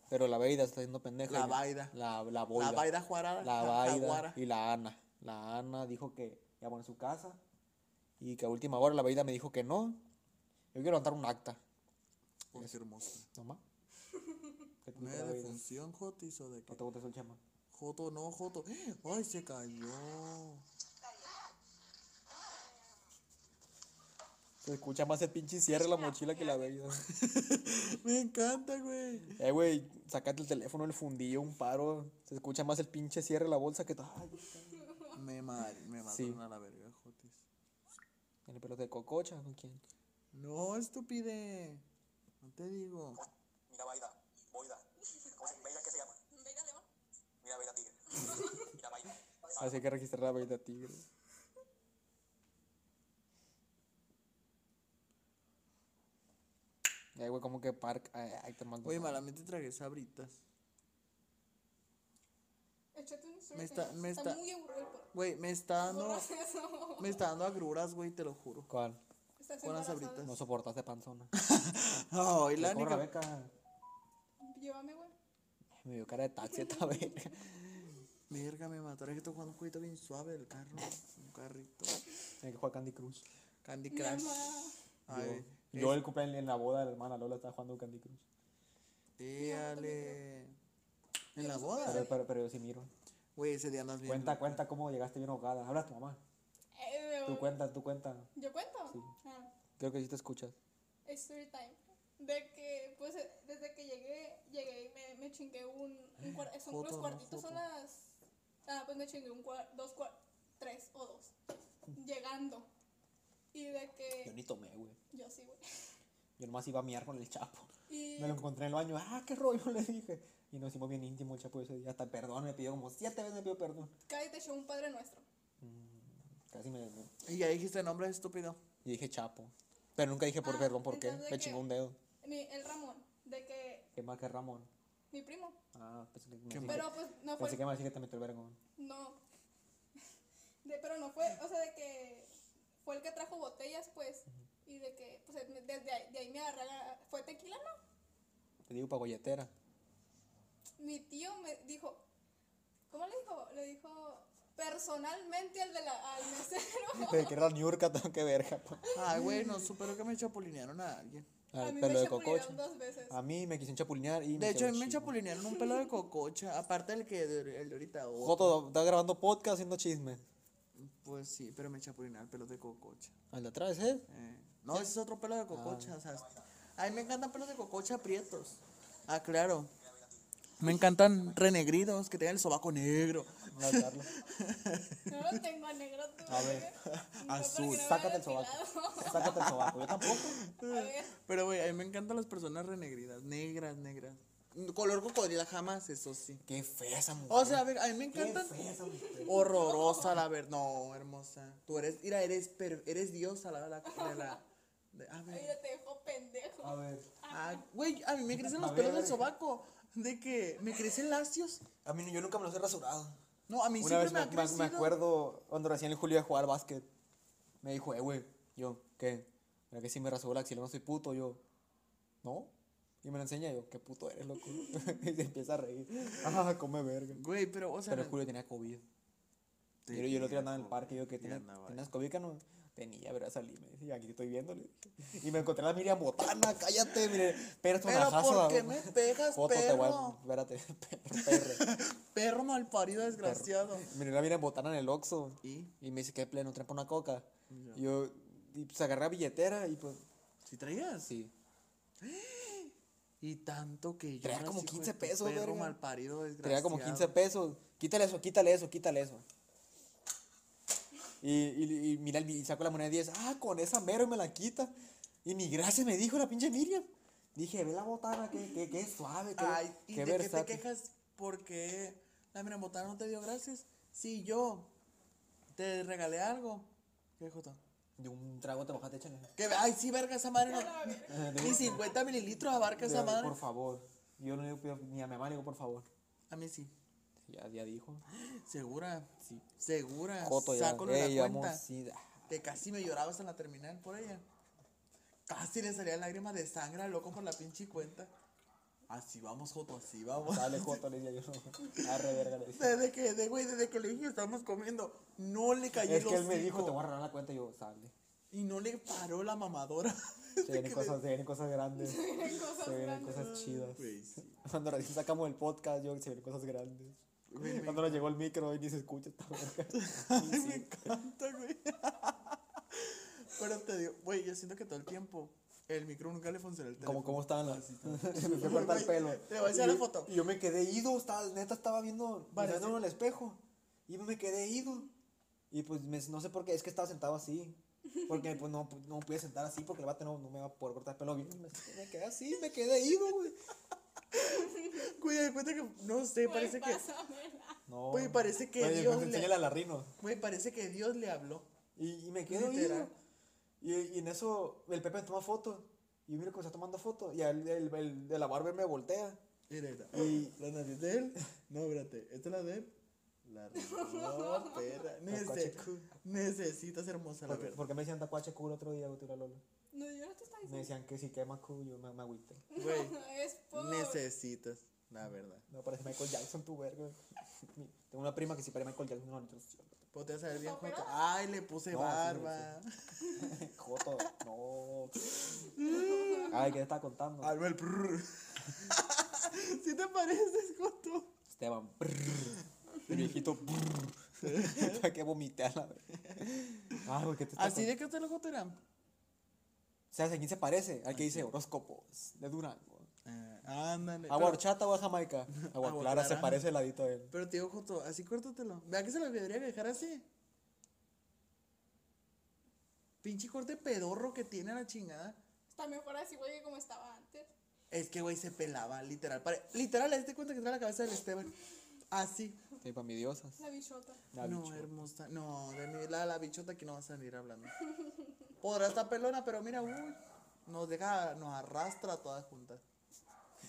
Pero la Beida está yendo pendeja. La Y Baida. La, la La Boida. Baida Juara. La Ja- Baida. Jaguara. Y la Ana. La Ana dijo que ya en su casa. Y que a última hora la Beida me dijo que no. Yo quiero levantar un acta. Pues hermosa. Nomás. ¿Qué te ¿No dijo era la de Beida? función, Jotis, o de No qué? te botes el chema. Joto, no, Joto. Ay, se cayó. Se escucha más el pinche cierre de la mochila que la Beida. Me encanta, güey. Eh, güey, sacate el teléfono, el fundillo, un paro. Se escucha más el pinche cierre de la bolsa que. Ay, Me, mar, me mataron Sí. a la verga, Jotis. en el pelote de cococha, ¿con quién? No, estupide. No te digo. Mira, Baida, Boida. ¿Cómo se, Baida, ¿qué se llama? Venga, León. Mira, Baida Tigre. Mira, Baida. Así hay que registrar la Beida Tigre. Eh, güey, como que Park. Ay, ay, te mando. Oye, malamente tragué sabritas. El échate un Me está- me Está está- muy aburrido el podcast. Güey, me está dando. Borras eso. Me está dando agruras, güey, te lo juro. ¿Cuál? Estás Unas embarazada. abritas. No soportaste panzona. Ay, la Con pues, única. Rebeca. Llévame, güey. Me dio cara de taxi esta vez. Verga, me mató. Es que estoy jugando un jueguito bien suave del carro. Un carrito. Tiene que jugar Candy Crush. Candy Mi Crush. mamá. Ay, Yo el cumpleaños en la boda de la hermana Lola estaba jugando Candy Crush. Díale. En la boda. Pero, pero, pero yo sí miro. Güey, ese día andas bien. Cuenta, cuenta cómo llegaste bien ahogada. Habla a tu mamá. Eh, Tú cuenta, tú cuenta. ¿Yo cuento? Ah. Creo que sí te escuchas. story time. De que, pues, eh, desde que llegué, llegué y me, me chingué un, un cuar- son Foto, los no, cuartitos, son foto. las, ah, pues me chingué un cuar- dos cuar- tres o dos, llegando. Y de Yo que, ni tomé, güey. yo sí, güey. Yo nomás iba a miar con el chapo. Y, Me lo encontré en el baño. Ah, qué rollo, le dije. Y nos hicimos bien íntimo el chapo ese día. Hasta perdón me pidió como siete veces me pidió perdón. Cállate, te echó un padre nuestro. Casi me... me- Y ya dijiste nombre estúpido. Y dije chapo. Pero nunca dije por Ah, perdón, ¿por qué? entonces, Me ¿qué? chingó un dedo. Mi, el Ramón, de que, ¿Qué más que Ramón? mi primo. Ah, pensé que me, ¿Qué decía- Pero pues no fue, pensé que me decía que te metió el vergón. no, de, pero no fue, o sea, de que fue el que trajo botellas, pues, y de que, pues, eh, desde ahí, de ahí me agarré, la- fue tequila, ¿no? Te digo pa' golletera. mi tío me dijo, ¿cómo le dijo? Le dijo personalmente al, de la, al mesero. Pero que era Niurka, tengo que verga. pues. pa. Ay, güey, no supero que me chapulinearon a alguien. Al a mí pelo me de Ah. chapulinearon cococha. dos veces. A mí me quisieron chapulinear y De hecho, a mí me chapulinearon. chapulinearon un pelo de cococha. Aparte del que de- el de ahorita. oh, Joto está grabando podcast haciendo chisme. Pues sí, pero me chapulinearon el pelo de cococha. Al de atrás, ¿eh? Eh, no, ese es otro pelo de cococha. o sea, a mí me encantan pelos de cococha prietos. Ah, claro. Me encantan renegridos, que tengan el sobaco negro. Al de Carlos. No lo tengo negro tú. A ver, azul. Sácate el sobaco. Sácate el sobaco. Yo tampoco. A ver, Pero, güey, a mí me encantan las personas renegridas. Negras, negras. Mm, Color cocodrila jamás, eso sí. Qué fea esa mujer. O sea, a ver, a mí me encantan. Horrorosa, la verdad. No, hermosa. Tú eres, mira, eres, per- eres diosa, la verdad. De la, de- a ver. mira, te dejo pendejo. A ver. Ah, Güey, a mí me crecen los A ver, pelos a del ver. sobaco. De que me crecen lacios. A mí yo nunca me los he rasurado. No, a mí Una siempre vez me, me, ha me- me crecido. acuerdo cuando recién el Julio iba a jugar básquet. Me dijo, eh, güey. Yo, ¿qué? Mira que si me rasuro la axila no soy puto. Yo, ¿no? Y me lo enseña yo, qué puto eres, loco. y se empieza a reír. Ah, come verga. Güey, pero, o sea. Pero el Julio tenía COVID. Yo, yo el otro día andaba en el parque y yo que tenía, tenías COVID, que no. Tenía, verás, salí. Me dice, aquí te estoy viendo. le dije. Y me encontré a la Miriam Botana, cállate, mire. Pero es una Pero, jaza, ¿por qué güey. me pegas, Joto, te voy a- perro? Espérate, perro, perro. Perro malparido, desgraciado. Miré la mira botana en el Oxxo. ¿Y? me dice que pleno trae pa' una coca. Y yo, y pues agarré la billetera y pues, ¿Si traías? sí. Y tanto que yo. Traía como 15 pesos, Perro verga. malparido, desgraciado. Traía como 15 pesos. Quítale eso, quítale eso, quítale eso. Y, y, y mira, el bi- y saco la moneda de 10. Ah, con esa mero y me la quita. Y ni gracias me dijo la pinche Miriam. Dije, ve la botana, que, que, que suave, que, Ay, ¿y que de qué te versátil. quejas? Porque la mira botana no te dio gracias. Si yo te regalé algo. ¿Qué Joto? De un trago te bajaste, échale. Que, ay, sí, verga, esa madre no. Ni 50 mililitros abarca esa Ah, De- madre. Por favor. Yo no le pido ni a mi mamá, le digo, por favor. A mí sí. Ya, ya dijo. Segura. Segura. Joto, ya. Sácalo de Ey, Ah, la vamos, cuenta. sí. Que casi me llorabas en la terminal por ella. Casi le salían lágrimas de sangre al loco por la pinche cuenta. Así vamos, Joto, así vamos. Dale, Joto, le decía yo. Arre, Ah, verga, le decía. Desde que, de, güey, desde que le dije estamos comiendo, no le cayó Es el que él me hocico. dijo, te voy a arreglar la cuenta. Y yo, sale. Y no le paró la mamadora. Se vienen cosas, se vienen cosas grandes. Se vienen cosas, chidas. Güey, sí. Cuando recién sacamos el podcast, yo, se vienen cosas grandes. Cuando nos llegó el micro y ni se escucha esta verga. Ay, me encanta, güey. Pero te digo, güey, yo siento que todo el tiempo el micro nunca le funciona el teléfono. Como, ¿cómo estaban las? Se me fue a cortar el pelo. Te voy a enseñar Y- la foto. Y yo me quedé ido, estaba, neta estaba viendo, Vale, viendo sí. en el espejo. Y me quedé ido. Y pues me- no sé por qué, es que estaba sentado así. Porque pues no, no pude sentar así porque el bate no, no me va a poder cortar el pelo bien. Me, me quedé así, me quedé ido, güey. Güey, de cuenta que, no sé, parece que, pásamela. No. Güey, parece que Oye, Dios pues, le- enséñale a la Rino. güey, parece que Dios le habló. Y, y me quedo Literal. ido. Y, y en eso el Pepe me toma foto. Y yo miro que me está tomando foto. Y el, el, el de la barber me voltea. "Ah, Mira, esta. la nariz de él. No, espérate. Esta es la de él. La no, perra. Nece- necesitas hermosa la Porque, verdad. porque me decían tacuache culo otro día, güey, tú la Lola. No, yo no te estaba Me diciendo. decían que si quema culo, yo me, me agüité. Güey, Es por. necesitas la verdad. No, parece Michael Jackson, tu verga. Mi- Tengo una prima que sí parece Michael Jackson, no, entonces, Pues te vas a ver bien ¿Está junto. operada? Ay, le puse No, sí, barba. Joto, no. Ay, ¿qué te estaba contando? Albert, prrr. ¿Sí te pareces, Joto? Esteban, brrr. el viejito, brrr. Para que vomitar, la verga. Ay, güey, ¿qué te estaba Así de que te lo Joto eran. ¿Sabes a quién se parece? Al que dice horóscopos de Durango. Ah, ándale. ¿Agua Pero, horchata o a Jamaica? Agua Agua clara se clara. parece al ladito a él. pero tío Joto, así córtatelo. Vea que se lo debería dejar así. Pinche corte pedorro que tiene la chingada. Está mejor así, güey, que como estaba antes. Es que, güey, se pelaba, literal. Pare- literal, hazte cuenta que trae la cabeza del Esteban. Así. Sí, para mi diosas. La bichota. La no, bichota. hermosa. No, de mi, la, la bichota que no va a salir hablando. Podrá estar pelona, pero mira, uy. Nos deja, nos arrastra a todas juntas.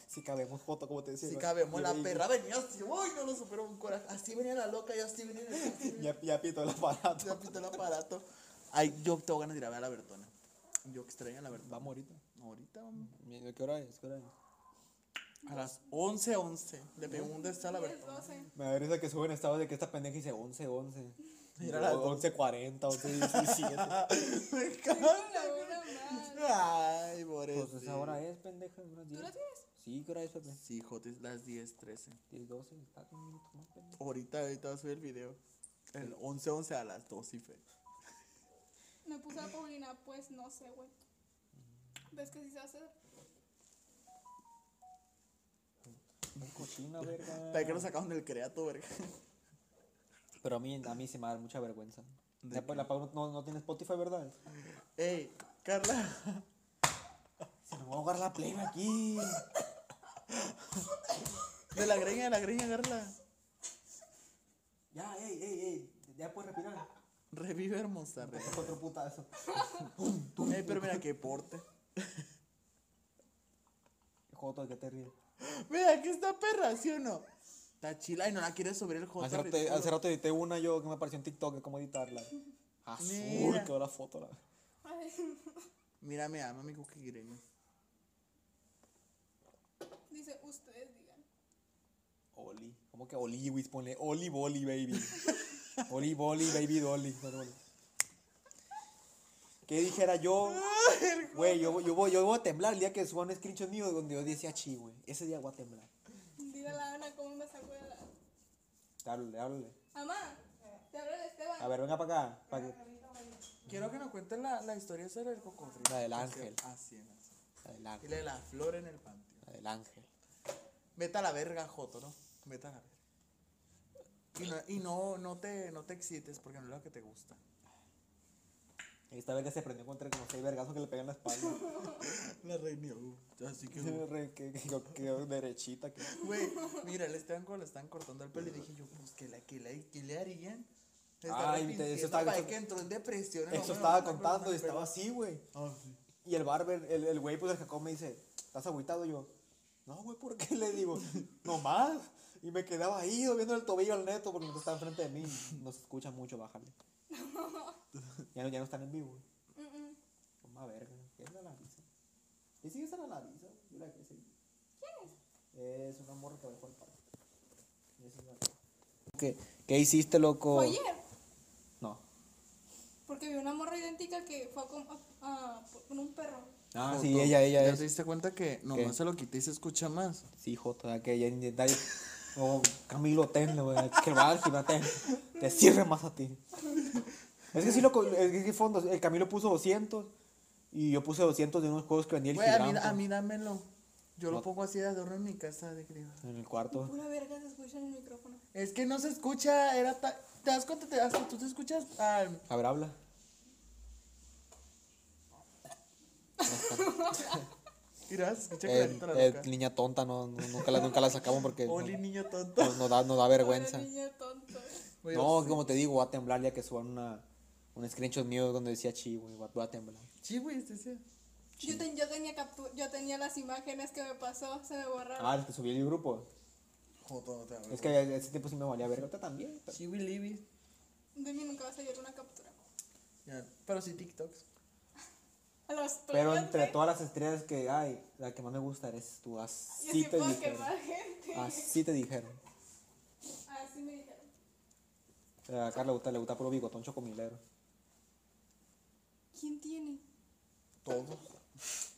Si cabemos foto, como te decía. Si ¿no? cabemos, Y- la y- perra venía así, uy, no lo superó un coraje. Así venía la loca, yo así venía. así venía. Ya, ya pito el aparato. Ya pintó el aparato. Ay, yo tengo ganas de ir a ver a la Bertona. Yo extraño a la Bertona. Vamos ahorita. Ahorita vamos. Mira, ¿Qué hora es? ¿Qué hora es? A las 11:11. Le pegó un deseo a la 10, Bertona. 12. Me da risa que suben estados de que esta pendeja dice 11, 11. Mira las O- 11.40, 11.17. Me Una, encanta. una más. Ay, por eso. Pues esa hora es, pendeja. unas ¿Tú 10. la tienes? Sí, ¿qué hora es, Pepe? Sí, Jotis, las 10:13. 10, 12. Está un minuto más, pendeja. Ahorita, ahorita va a subir el video. El 11-11 a las 2 y fe. Me puse la Paulina, pues no sé, güey. ¿Ves que si se hace? Qué Cochina, verga. Para que lo sacaron del creato, verga. Pero a mí, a mí se me da mucha vergüenza. Ya, pues, la Pau no, no tiene Spotify, ¿verdad? Ey, Carla. Se nos va a ahogar la plena aquí. De la greña, de la greña, Carla. Ya, ey, ey, ey. Ya puedes respirar. Revive hermosa, Te re. saco otro putazo. Ey, pero mira qué porte. Joto, qué te ríes. Mira, que está perra, ¿sí o no? Está chila y no la quiere subir el Hace joto. rato, hace rato edité una yo que me apareció en TikTok de cómo editarla. Azul Mira. quedó la foto. La... Ay, Mira, me ama mi cookie greña. dice, ustedes digan. Oli. ¿Cómo que Oli, Wiz? Ponle Oli Boli, baby. Oli Boli, baby Dolly. No, no, no. ¿Qué dijera yo? Güey, yo, yo, voy, yo voy a temblar el día que suba un screenshot mío donde yo decía chi, güey. Ese día voy a temblar. Dile a la Ana cómo me sacó de la. Háblale, háblale. Amá, te habla el Esteban. A ver, venga para acá. pa' que- Quiero que nos cuenten la, la historia esa del cocodrilo. La del ángel. Así es. así. La del Y ángel. la de la flor en el panteón. La del ángel. Vete a la verga, Joto, ¿no? Vete a la verga. Y no, y no, no, te, no te excites porque no es lo que te gusta. Esta vez que se prendió contra como seis vergazos que le pegan en la espalda. La reina. uh, Así que. Se me uh. re- que- que- que- derechita. que- Güey, mira, el Esteban cuando le están cortando el pelo y dije yo, pues, ¿qué le, qué le, qué le harían? Se está Ay, te- eso arrepintiendo, estaba- parece que entró en depresión. el Eso hombre, no estaba me contando acuerdo, y estaba pero- así, güey. Ah, sí. Y el barber, el el güey, pues el Jacob me dice, ¿estás agüitado? Yo, no, güey, ¿por qué? Le digo, no más. Y me quedaba ahí viendo el tobillo al neto porque no está enfrente de mí. No se escucha mucho, bájale. ya, no, ya no están en vivo, güey. Toma verga. ¿Qué es la Larisa? ¿Y sigue siendo la Larisa? Yo la que seguí. ¿Quién es? Es una morra que dejó el parque. Es una- ¿Qué, ¿Qué hiciste, loco? Fue ayer, No. porque vi una morra idéntica que fue con, a- a- con un perro. Ah, Joto, sí, ella, ella ¿Ya es. te diste cuenta que nomás se lo quité y se escucha más? Sí, Jota, que ya ni detalle. No, Camilo, tenle, güey. Que va al gimnasio, ten. Te sirve más a ti. Es que sí, loco, es que sí, fondo. El Camilo puso 200 y yo puse 200 de unos juegos que vendía el Güey, a mí, gigante a mí dámelo. Yo lo No. pongo así de adorno en mi casa de griego. en el cuarto. Pura verga se escucha en el micrófono. Es que no se escucha, era ta- ¿Te das cuenta? Te das, tú te escuchas Ah, al... A ver, habla. Mira, se escucha Eh, clarito la eh, boca. niña tonta, no, no- nunca, la, nunca la sacamos porque no, Oli, niño tonto. no- no da, no da vergüenza. Pobre niño tonto. Güey, Pues No, como te digo, voy a temblar ya que suban una, un screenshot mío donde decía chi, güey. Voy a- voy a temblar. Sí, güey, este sí. Yo, ten- yo tenía captu- yo tenía las imágenes que me pasó, se me borraron. Ah, el que subí el grupo. Joto, otra vez. Es que a ese tiempo sí me valía verga. Ahorita también. pero- Sí, we live it. De mí nunca vas a llegar una captura. Ya, Pero sí TikToks. A los Pero problemas, entre güey, todas las estrellas que hay, la que más me gusta eres tú. Yo Así sí te puedo quemar dijeron. Ah, gente. Así te dijeron. Así me dijeron. Eh, A Carla le gusta, le gusta puro bigotón chocomilero. ¿Quién tiene? Todos.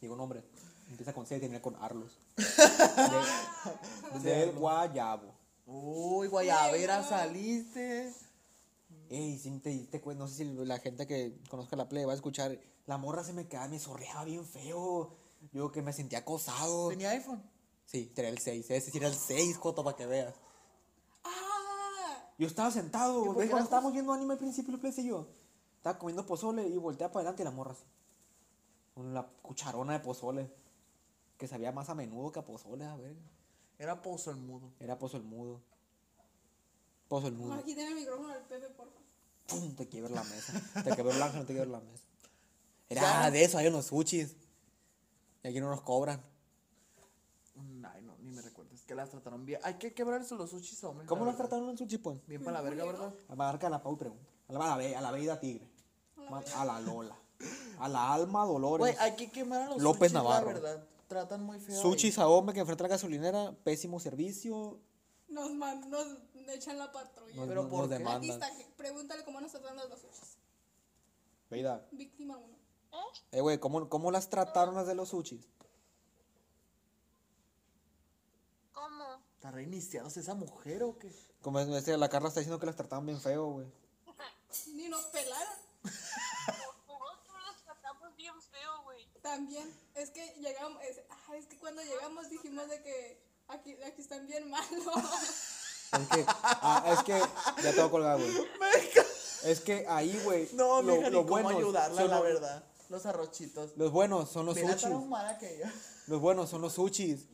Digo nombre. Empieza con C y termina con Arlos. De- del Guayabo. Uy, guayabera no. Ah, saliste. Ey, si te diste cuenta, no sé si la gente que conozca la play va a escuchar. La morra se me quedaba, me zorreaba bien feo. Yo que me sentía acosado. Tenía iPhone. Sí, tenía el 6. Ese sí era el 6, Joto, para que veas. ¡Ah! Yo estaba sentado, por güey. qué Cuando las estábamos viendo anime al principio, el y yo. Estaba comiendo pozole y volteaba para adelante y la morra así. Con la cucharona de pozole. Que sabía más a menudo que a pozole, a ver. Era pozo el mudo. Era pozo el mudo. Pozo el mudo. Aquí tiene el micrófono al Pepe, por favor. ¡Pum! Te quiebra la mesa. Te quiebra el ángel, te quiebra la mesa. Era de eso, hay unos sushis. Y aquí no nos cobran. Mm, Ay, no, ni me recuerdes. Que las trataron bien. Hay que quebrarse los sushis, hombre. ¿Cómo la nos verdad. trataron en sushi, pues? Bien para la verga, ¿verdad? Marca la pau y pregunta. A la, a la, ve- a la Veida Tigre. A la Lola. A la Alma Dolores. Güey, hay que quemar a los sushis, López la Navarro. verdad. Tratan muy feo. Sushi ahí. Saome que enfrenta la gasolinera, pésimo servicio. Nos, man, nos echan la patrulla. Nos, Pero nos- ¿por nos qué? Aquí demandan. está, que- pregúntale cómo nos tratan los basuchos. Veida, Víctima 1. eh, güey, ¿cómo, ¿cómo las trataron las de los sushis? ¿Cómo? ¿Está reiniciándose esa mujer o qué? Como es- este, la Carla está diciendo que las trataban bien feo, güey. Ni nos pelaron. Nosotros los tratamos bien feo, güey. También, es que llegamos, es, ah, es que cuando llegamos dijimos de que aquí, aquí están bien malos. Es que, ah, es que, ya te voy a colgar, güey. Es que ahí, güey, No, lo, mija, lo ni cómo buenos ayudarla, son la los- verdad. Los arrochitos. Los buenos son los Mira sushis. tan humana que ella. Los buenos son los sushis.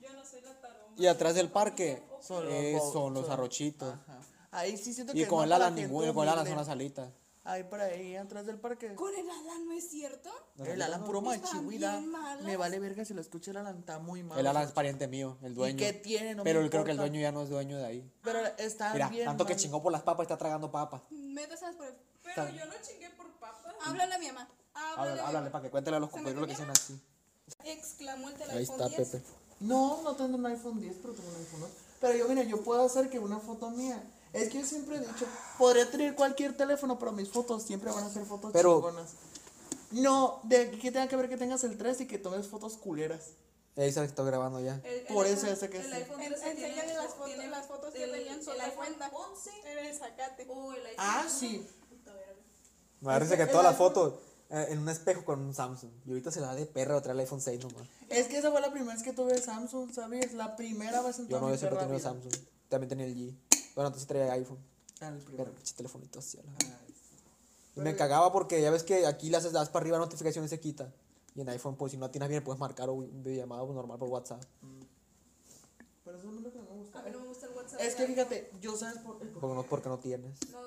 Y atrás del parque eh, Son son los los, bo- son- arrochitos. Ajá. Ahí sí siento que Y es con más el para ala, gente ninguno, con el ala humilde. son las alitas. Ahí para ahí, atrás del parque. Con el Alan, ¿no es cierto? El Alan puro Están machihuida. bien malas. Me vale verga si lo escucha el Alan, está muy mal. El ala es pariente mío, el dueño. qué tiene? No me Pero creo importa. que el dueño ya no es dueño de ahí. Pero está Mira, bien. tanto que mal. chingó por las papas, está tragando papas. Métase a las paredes. Está- Háblale a mi mamá. Háblale, Háblale, a mi háblale mamá. para que cuéntale a los ¿Se me compañeros lo que hicieron termina? así. Exclamó el teléfono. Ahí está, 10. Pepe. No, no tengo un iPhone 10, pero tengo un iPhone 8. Pero yo, mira, yo puedo hacer que una foto mía. Es que yo siempre he dicho, podría tener cualquier teléfono, pero mis fotos siempre van a ser fotos Pero- chingonas. No, de que tenga que ver que tengas el 3 y que tomes fotos culeras. Ahí sabes que estoy grabando ya. Por eso ya sé que sí. En- Enséñale las fotos, las fotos que tenían sobre la cuenta. En el sacate. Ah, sí. Me parece que todas las fotos eh, en un espejo con un Samsung. Y ahorita se la da de perra otra el iPhone 6 nomás. Es que esa fue la primera vez que tuve Samsung, ¿sabes? La primera vez en Yo toda no, mi yo siempre he perra tenido vida. Samsung. También tenía el G. Bueno, entonces traía iPhone. Ah, el primero. Pero pinche telefonito así. a la- Y me cagaba porque ya ves que aquí las das para arriba notificaciones se quita. Y en iPhone, pues si no tienes bien, puedes marcar o videollamada o normal por WhatsApp. Pero eso no es lo que me gusta. A mí no me gusta el WhatsApp. Es que fíjate, yo sabes por el Porque no, porque no tienes. No,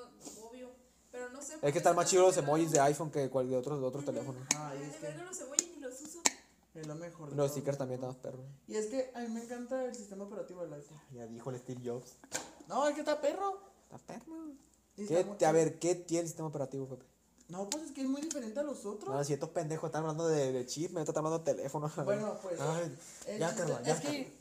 obvio. Pero no sé. Eh. Es que están más chidos los emojis de iPhone que cual de otros, de otros teléfonos. De verga los cebollas y los uso. es lo mejor. de Los todo. stickers también están más perros. Y es que a mí me encanta el sistema operativo del iPhone. Ya dijo el Steve Jobs. No, es que está perro. Está perro. Y ¿Qué- está muy- a ver, ¿qué tiene el sistema operativo, Pepe? No, pues es que es muy diferente a los otros. No, si estos pendejos están hablando de, de chisme, estos están hablando de teléfono. Bueno, pues. Ay, el Ah, ya, chiste- Carla, ya. Es que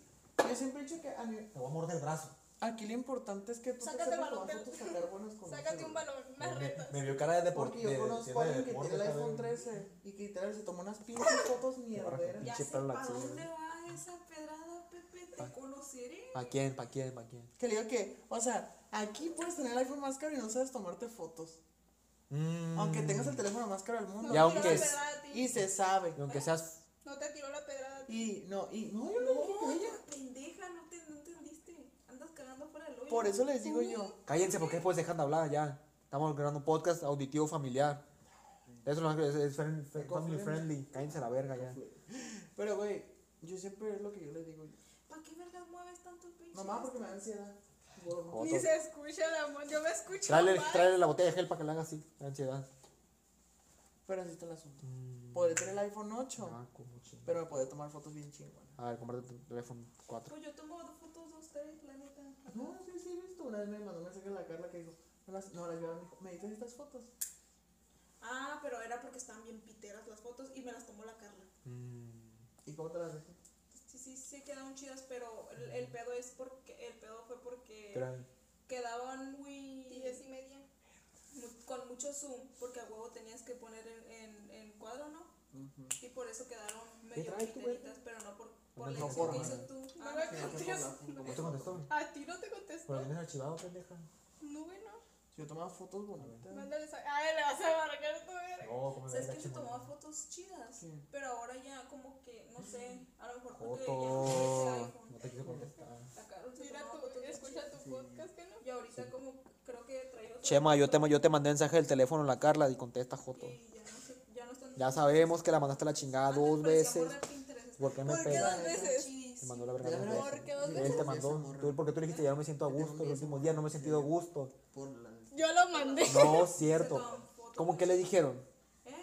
yo siempre he dicho que a mí- Te voy a morder el brazo. aquí lo importante es que tú Sácate el sepas balón, tomar fotos, sacar buenas con Sácate un balón, más Me, retas. me vio cara de deporte. Porque yo conozco a alguien que tiene el iPhone 13 y que literal se tomó unas pinches fotos mierderas. Pinche perro la axila. va esa pedrada, Pepe? Te conoceré. ¿Para quién? ¿Para quién? ¿Para quién? Que le digo que, o sea, aquí puedes tener el iPhone más caro y no sabes tomarte fotos. Aunque tengas el teléfono más caro del mundo. Mm. Y aunque, la verdad a ti. Y se sabe. y aunque seas. No te tiró la pedrada. Y no, y no, yo no dije que ella. Pendeja, no, te, no entendiste. Andas cagando fuera del hoyo. Por eso les digo yo. Cállense porque después dejan de hablar ya. Estamos grabando un podcast auditivo familiar. Eso no es, es friend- fe- family friendly. Cállense a la verga ya. Pero, güey, yo siempre es lo que yo les digo. ¿Para qué vergas mueves tanto pinche? Mamá, porque me da ansiedad. Gordo. Ni se escucha la mon- yo me escucho. Tráele, mal. tráele la botella de gel para que le haga así. La ansiedad. Pero así está el asunto. Podré tener el iPhone 8, Mm. Ah, como chingada. pero me podré tomar fotos bien chingonas. A ver, comparte tu teléfono 4. Pues yo tengo fotos de ustedes, la neta. No, sí, sí, he visto. Una vez me mandó un mensaje la Carla que dijo, no las, no las veo, me dijo, ¿me editas estas fotos? Ah, pero era porque estaban bien piteras las fotos y me las tomó la Carla. ¿Y cómo te las dejé? Sí, sí, sí quedaron chidas, pero el, el pedo es porque el pedo fue porque Gran. quedaban muy Diez y media. mu- con mucho zoom, porque a huevo tenías que poner en, en, en cuadro, ¿no? Y por eso quedaron medio traes tú, güey? piteritas, pero no por, por No, la no, edición por que nada. hizo tú. No Ah, me no, contestas. ¿No te contestó? güey? A ti no te Por contestó. el archivado, pendeja. No, bueno. Si yo tomaba fotos bonitas. Mándale esa. Ay, le vas a marcar tu verga. No, como ¿Sabes que se tomaba fotos chidas? Sí. Pero ahora ya como que, no sé, a lo mejor porque ya no es el Foto. iPhone. No te quiso contestar. La Carol se Mira tomaba tu, fotos bien escucha chidas. tu podcast, que no? Y ahorita como creo que traía otra Chema, yo te, foto yo te mandé mensaje del teléfono a la Carla y contesta Joto. Y ya no sé, ya no están... Ya sabemos que la mandaste a la chingada dos veces. ¿Por ¿Por qué qué me ¿Por qué pegas? dos veces? Te mandó la verga Ya dos verás. veces. Porque dos Y veces. Él te mandó. Tú, porque tú dijiste, ya no me siento a gusto. Los últimos días no me he sentido a gusto. Por la... Yo lo mandé. No, cierto. ¿Cómo que le dijeron?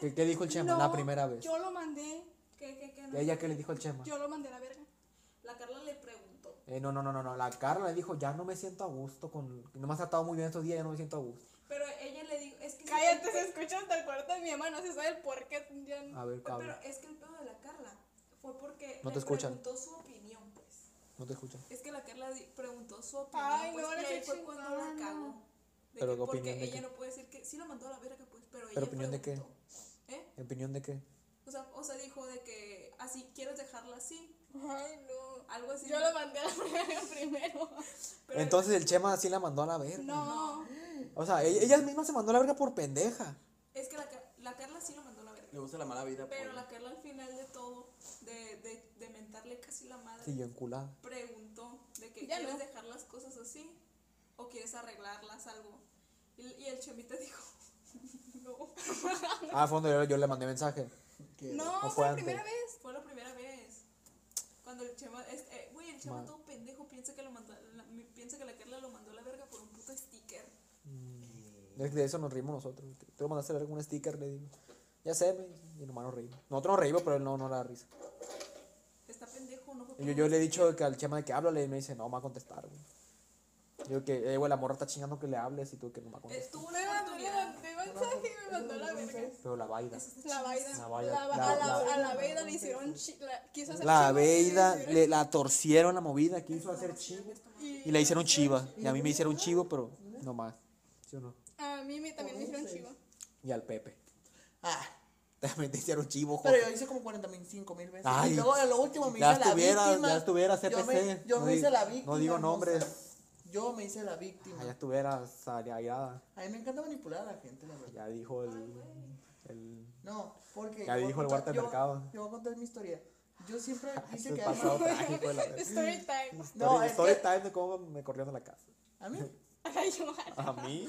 ¿Qué, qué dijo el Chema ¿Eh? No, la primera vez? Yo lo mandé. ¿Qué, qué, qué? ¿Y No? ella qué le dijo el Chema? Yo lo mandé a la verga. La Carla le preguntó. Eh, no, no, no, no, no. La Carla le dijo, ya no me siento a gusto. con No me has tratado muy bien estos días, ya no me siento a gusto. Pero ella le dijo, es que... Cállate, se escucha hasta el cuarto de mi mamá. No se sabe el por qué. Ya no. A ver, cabrón. Pero es que el pedo de la Carla fue porque No le te escuchan. preguntó su opinión, pues. No te escucho. Es que la Carla di- preguntó su opinión. Ay, pues, no, y la ahí que fue cuando la chingada. cagó. De Pero que- ¿qué porque opinión de ella qué? no puede decir que sí la mandó a la verga, pues, pero, ¿Pero ella opinión de qué? preguntó. ¿Eh? ¿Opinión de qué? O sea, o sea, dijo de que así quieres dejarla así, Ay, no. algo así. Yo lo mandé a la verga primero. Pero- Entonces el Chema sí la mandó a la verga. No. O sea, ella, ella misma se mandó a la verga por pendeja. Es que la, Car- la Carla sí la mandó a la verga. Le gusta la mala vida. Pero pues. la Carla al final de todo, de, de, de mentarle casi la madre, Sí, yo enculada. preguntó de que Ya quieres no. dejar las cosas así o quieres arreglarlas algo. Y, y el chemita dijo, no. Ah, a fondo yo, yo le mandé mensaje. No, ¿O fue fue la antes? primera vez. Fue la primera vez. Cuando el chema, es- eh, güey, el chema Mal. todo pendejo piensa que, lo mandó, la, mi- piensa que la Carla lo mandó a la verga por un puto sticker. Es que De eso nos reímos nosotros. Tú le mandaste a la verga un sticker, le digo. Ya sé, me dice, y nomás nos reímos. Nosotros nos reímos, pero él no, no le da risa. Está pendejo, no fue Y por yo, un yo le he sticker. dicho que al Chema de que háblale y me dice, no, me va a contestar, güey. Yo que, eh, güey, la morra está chingando que le hables y tú que no me va a Eh, contestar. tuvo Me una mandó, le oportunidad. mandé mensaje y me mandó a la verga. Pero la vaida. La Baida. La La Baida, Ba- la- a la, la- a la Baida le hicieron chi- la, quiso hacer La chivo, le veida, hicieron- le- la torcieron la movida, quiso hacer chivo. Y le hicieron chiva. Y a mí me hicieron chivo, pero no más. ¿Sí o no? A mí me, también me hicieron chivo. Y al Pepe. Ah, También te hicieron chivo, pero Joto. yo hice como 40 mil, 5 mil veces. Ay, y luego en lo último me Ya hice estuviera, la víctima. ya estuviera Yo me, CPC. yo No me di- hice la no víctima. digo nombres. sea, yo me hice la víctima. Ah, ya estuviera salariada. A mí me encanta manipular a la gente, la verdad. Ya dijo el. el- No, porque. yo Ya voy a dijo el contar- guarda de yo- mercado. Yo voy a contar mi historia. Yo siempre quise el que pasado trágico de la verga. Story time. No, Story- es story que- time de cómo me corrieron de la casa. A mí. Ay, yo, ¿A mí?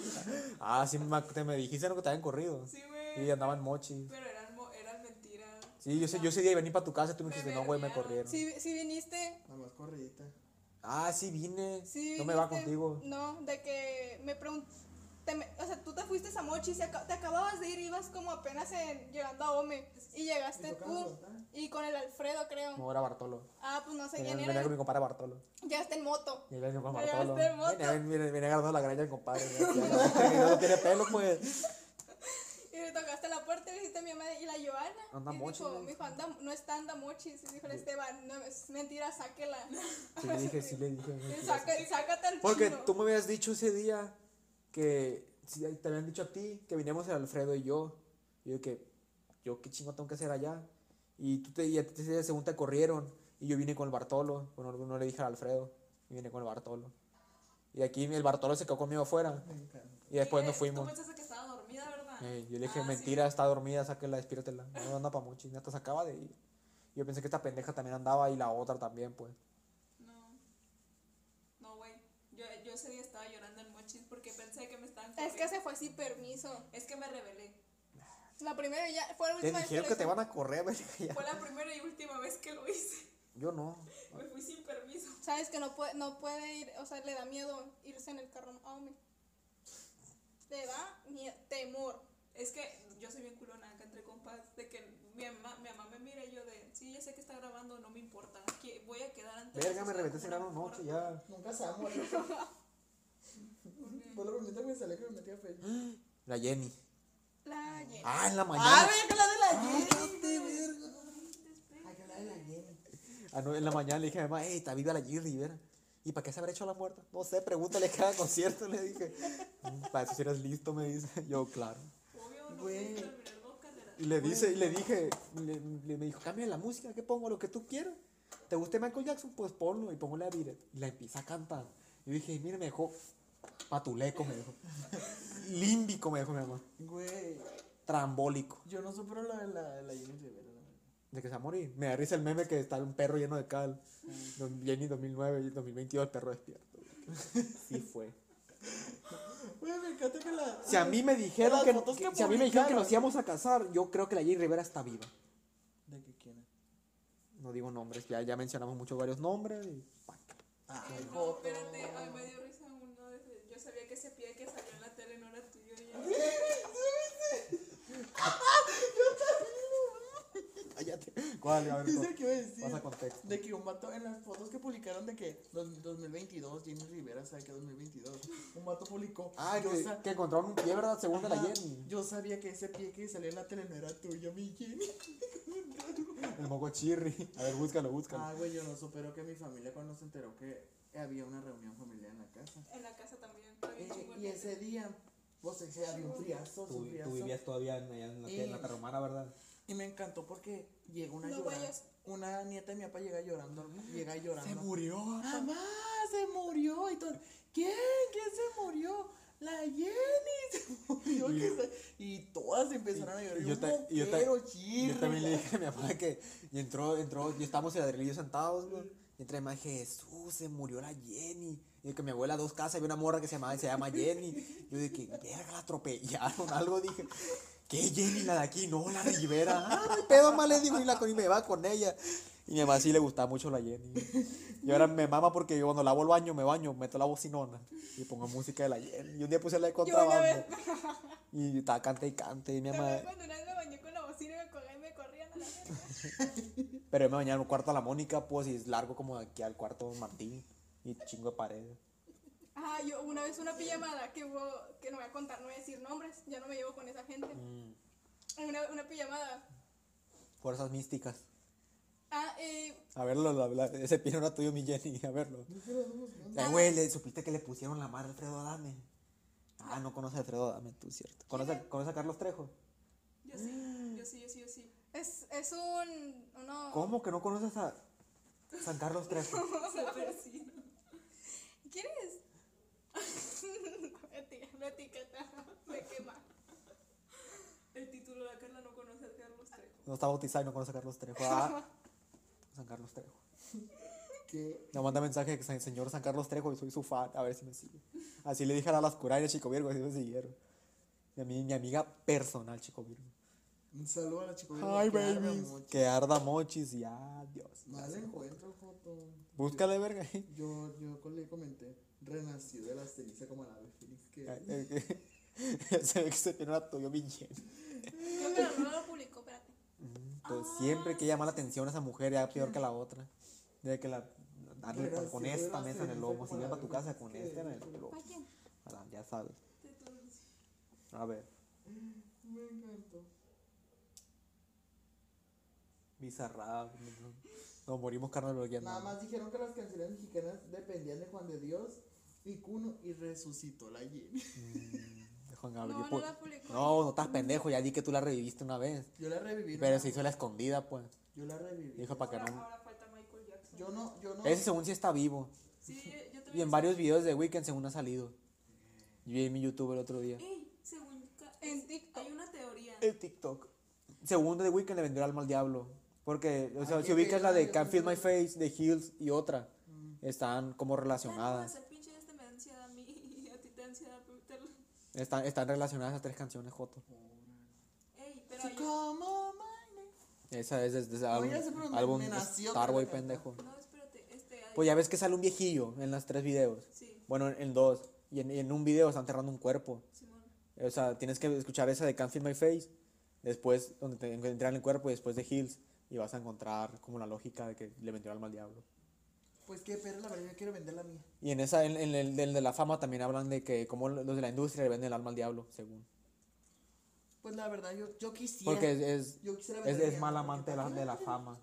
Ah, sí, me, ac- te me dijiste ¿no? que te habían corrido. Sí, güey. Y andaban mochis. Pero eran, mo- eran mentiras. Sí, yo sé, yo ese día venir para tu casa y tú me Me dijiste, Pues no, güey, me verguearon. corrieron. si, si viniste, Nada más corridita. Ah, sí, vine. si no me va viniste, contigo. No, de que me pregunté. o sea, tú te fuiste a Mochi, se aca- te acababas de ir, ibas como apenas en- llegando a Ome. Y llegaste tú y con el Alfredo, creo. No, era Bartolo. Ah, pues no sé Venía, quién venía era. con mi compadre Bartolo. Llegaste en moto. Venía con Llegaste Bartolo. en moto. Venía, venía, venía agarrando la granja de mi compadre. ya- ya no- no tiene pelo, pues. Y le tocaste la puerta y le dijiste a mi mamá y la Joana. Anda y mochi, Dijo, ¿no? me dijo, anda, no está anda mochis. Y dijo el Esteban, no, es mentira, sáquela. Sí, le dije, sí, le dije. no, Y sí, saca, sácate al Porque chino. tú me habías dicho ese día que si te habían dicho a ti que veníamos el Alfredo y yo. Y yo que yo qué chingo tengo que hacer allá. Y tú te y a ti ese día según te corrieron y yo vine con el Bartolo, bueno, no, no le dije al Alfredo, y vine con el Bartolo. Y aquí el Bartolo se quedó conmigo afuera. Y después Sí, nos eh, fuimos. Tú pensaste que estaba dormida, ¿verdad? Ey, Eh, yo le dije, Ah, sí. mentira, está dormida, sáquela, despiértela. No anda pa' mucho, hasta se acaba de ir. Yo pensé que esta pendeja también andaba y la otra también, pues. No. No, güey. Yo, yo ese día estaba llorando en mochis porque pensé que me estaban Es que corriendo. se fue sin permiso. Es que me rebelé. La primera ya fue la Pues Te última vez dijeron lo que te hicimos. van a correr, ya. Fue la primera y última vez que lo hice. Yo no. Me fui sin permiso. Sabes que no puede, no puede ir, o sea, le da miedo irse en el carro a Ome. Le da mie- temor. Es que yo soy bien culona acá entre compas, de que mi mamá, mi mamá me mira y yo de, sí, ya sé que está grabando, no me importa, que voy a quedar antes. Verga, me reventé ese grano noche, ya. Nunca se va a morir. Fue lo primero que me salió que me metí a Facebook. La Jenny. La Jenny. Ah, en la ¡Ah, mañana. mira que la de la Jenny! Después, Ay, que la de la Jenny. Ah, no, en la mañana le dije a mi mamá, hey, está viva la Jenny Rivera. ¿Y para qué se habrá hecho la muerta? No sé, pregúntale cada concierto, le dije. "Mm, Para eso si eres listo, me dice. Yo, claro. Obvio, no Güey. puedo terminar dos carreras. Y le dice, y le dije, le, le- me dijo, cambia la música, ¿qué pongo? Lo que tú quieras. ¿Te gusta Michael Jackson? Pues ponlo y pongo la Beat It. Y la empieza a cantar. Y dije, mire, me dejó patuleco, me dejó. Límbico, me dejó mi mamá. Güey, Trambólico. yo no supero la de la, la Jenny Rivera, la verdad. De que se va a morir. Me da risa el meme que está un perro lleno de cal. Don- Jenny 2009 y 2022, el perro despierto. Sí fue. Güey, me encanta que la. Si a mí me dijeron Las que, fotos que- que si a mí me dijeron que publicaron. nos íbamos a casar, yo creo que la Jenny Rivera está viva. ¿De qué quién es? No digo nombres, ya, ya mencionamos muchos varios nombres. y- Ay, No, Joto. espérate, ay, me dio risa uno. de- Yo sabía que ese pie que salió en la tele no era tuyo. y yo- Cállate. ¿Cuál? A ver, pues, Dice que iba a decir. Pasa contexto. De que un vato en las fotos que publicaron de que dos- 2022, Jenny Rivera, sabe que 2022, un vato publicó. Ah, yo, que, sa- que encontraron un pie, ¿verdad? Según de la Ajá, Jenny. yo sabía que ese pie que salía en la tele no era tuyo, mi Jenny. El moco chirri. A ver, búscalo, búscalo. ah, güey, yo no supero que mi familia cuando se enteró que había una reunión familiar en la casa. En la casa también. estaba bien Eh, chingón. y ese día, pues se había un friazo, tú, un tú friazo. vivías todavía en, allá en la, en la Y- Tarromara, ¿verdad? Y me encantó porque llegó una No llorando. vayas. Una nieta de mi papá llega llorando, llega llorando. murió. ¡Mamá! Se murió. Y todo. ¿Quién? ¿Quién se murió? La Jenny se murió. que se- Y, todas empezaron a llorar. Y yo, ta- un y yo ta- moquero, yo chirri. también le dije a mi papá que y entró, entró, y estábamos en ladrillo sentados, güey. Y entré más Jesús, se murió la Jenny. Y que mi abuela dos casas había una morra que se llama, se llama Jenny. Yo dije, verga, la atropellaron, algo dije. ¿Qué Jenny la de aquí? No, la Rivera. Ah, no hay pedo más le digo, y la con y me va con ella. Y mi mamá sí le gustaba mucho la Jenny. Y ahora me mama porque yo cuando lavo el baño, me baño, meto la bocinona y pongo música de la Jenny. Y un día puse la de Yo una contrabando. vez, Y estaba cante y cante, y mi mamá. también cuando una vez me bañé con la bocina y me, corría, y me corrían a la verga. Pero yo me bañaba en un cuarto a la Mónica, pues, y es largo como de aquí al cuarto Martín. Y chingo de paredes. Ah, yo una vez una pijamada que hubo, que no voy a contar, no voy a decir nombres, ya no me llevo con esa gente. Mm. Una, una pijamada. Fuerzas místicas. Ah, eh, A verlo, la, la- ese pie no era tuyo, mi Jenny, a verlo. Ay, güey, ¿le- supiste que le pusieron la madre a Alfredo Adame. Ah, no conoce a Alfredo Adame, tú, cierto. ¿Conoce, conoce a Carlos Trejo? yo sí, yo sí, yo sí, yo sí. Es, es un. Uno, ¿Cómo que no conoces a San Carlos Trejo? Súper sí. ¿Quieres? Eti- La etiqueta me quema. El título de Carla no conoce a Carlos Trejo. No está bautizado y no conoce a Carlos Trejo. Ah, San Carlos Trejo. ¿Qué? Me manda mensaje que "San- señor San Carlos Trejo, soy su fan, a ver si me sigue. Así le dije a las curarias, Chico Virgo, así me siguieron. Mi, ami- mi amiga personal, Chico Virgo. Un saludo a la chico. Hi, que arda babies. mucho. Que arda mochis y adiós. Mal encuentro, Joto. Búscale, verga. Yo, yo con- le comenté, renació de la ceniza como la ave Fénix. Que... Se ve que se tiene una tuyo bien llena. Creo que la no lo publicó, espérate. Entonces, siempre que llama la atención a esa mujer, ya peor que la otra. De que la. Darle Pero con, con sí, esta pero mesa en sí, el fue lomo. Si con vas la a tu casa verga, con es esta en el que- lomo. ¿Para quién? Ah, Ya sabes. Te torcí. Mm, A ver. Me encantó. Bizarra. Nos morimos carnal bloqueando. Nada más dijeron que las canciones mexicanas dependían de Juan de Dios y Cuno y resucitó la Jenny. Juan Gabriel, No, no pues. la publicó. No, no estás pendejo, ya di que tú la reviviste una vez. Yo la reviví. Pero ¿no? se hizo la escondida, pues. Yo la reviví. Dijo para que Ahora, no. ahora falta Michael Jackson. Yo no, yo no. Ese según sí está vivo. Sí, yo también. Y en varios videos de Weekend según ha salido. Yo vi en mi YouTube el otro día. Ey, según. ca- En es- TikTok. Hay una teoría. El TikTok. Según de Weekend le vendió el alma al diablo. Porque, o sea, Ay, si qué ubicas la de pena, Can't Feel yo My Face, de Hills y otra, Mm. están como Ya no vas relacionadas. a pinche este me da ansiedad a mí y a ti te da ansiedad preguntarlo. Están, están relacionadas esas tres canciones, Joto. Ey, pero Sí, hay- como my name. Esa es desde ese No, álbum, ya sé, pero me- álbum me nació Starboy, que la cantara. pendejo. No, espérate, este. hay- Pues ya ves que sale un viejillo en los tres videos. Sí, Bueno, en, en dos. Y en, y en un video están enterrando un cuerpo. Simón. O sea, tienes que escuchar esa de Can't Feel My Face, después donde te encuentran el cuerpo y después de Hills y vas a encontrar como la lógica de que le vendió al mal diablo. Pues qué pero la verdad, yo quiero vender la mía. Y en esa, en, en el del de la fama también hablan de que como los de la industria le venden el alma al diablo, según. Pues la verdad, yo, yo quisiera. Porque es, es, yo quisiera es, vender es mi mal alma, amante de porque la, ¿para qué me de la la fama.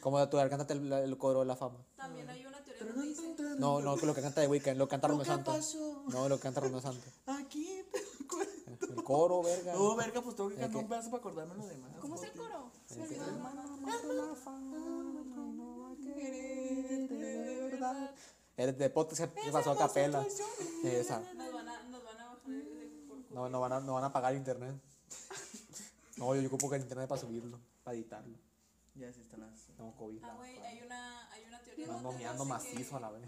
Como tú, a ver, cántate el, el coro de la fama. También hay una teoría Pero que dice. no No, no, que lo que canta de Weekend, lo canta Romeo Nunca Santos. pasó. No, lo canta Romeo Santos. Aquí te acuerdas. El coro, verga. No, verga, pues tengo que cantar qué? un pedazo para acordarme lo demás. ¿Cómo es el Jote. coro? Se me olvidó. Ah. El de podcast se pasó a capela. Esa. Nos van a, nos van a bajar el- el- por- No, no van a, no van a pagar internet. No, yo ocupo que el internet para subirlo, para editarlo. Ya sí está las. Tengo COVID. Ah, güey, hay una, hay una teoría. Ando donde meando dice que- macizo a la vez.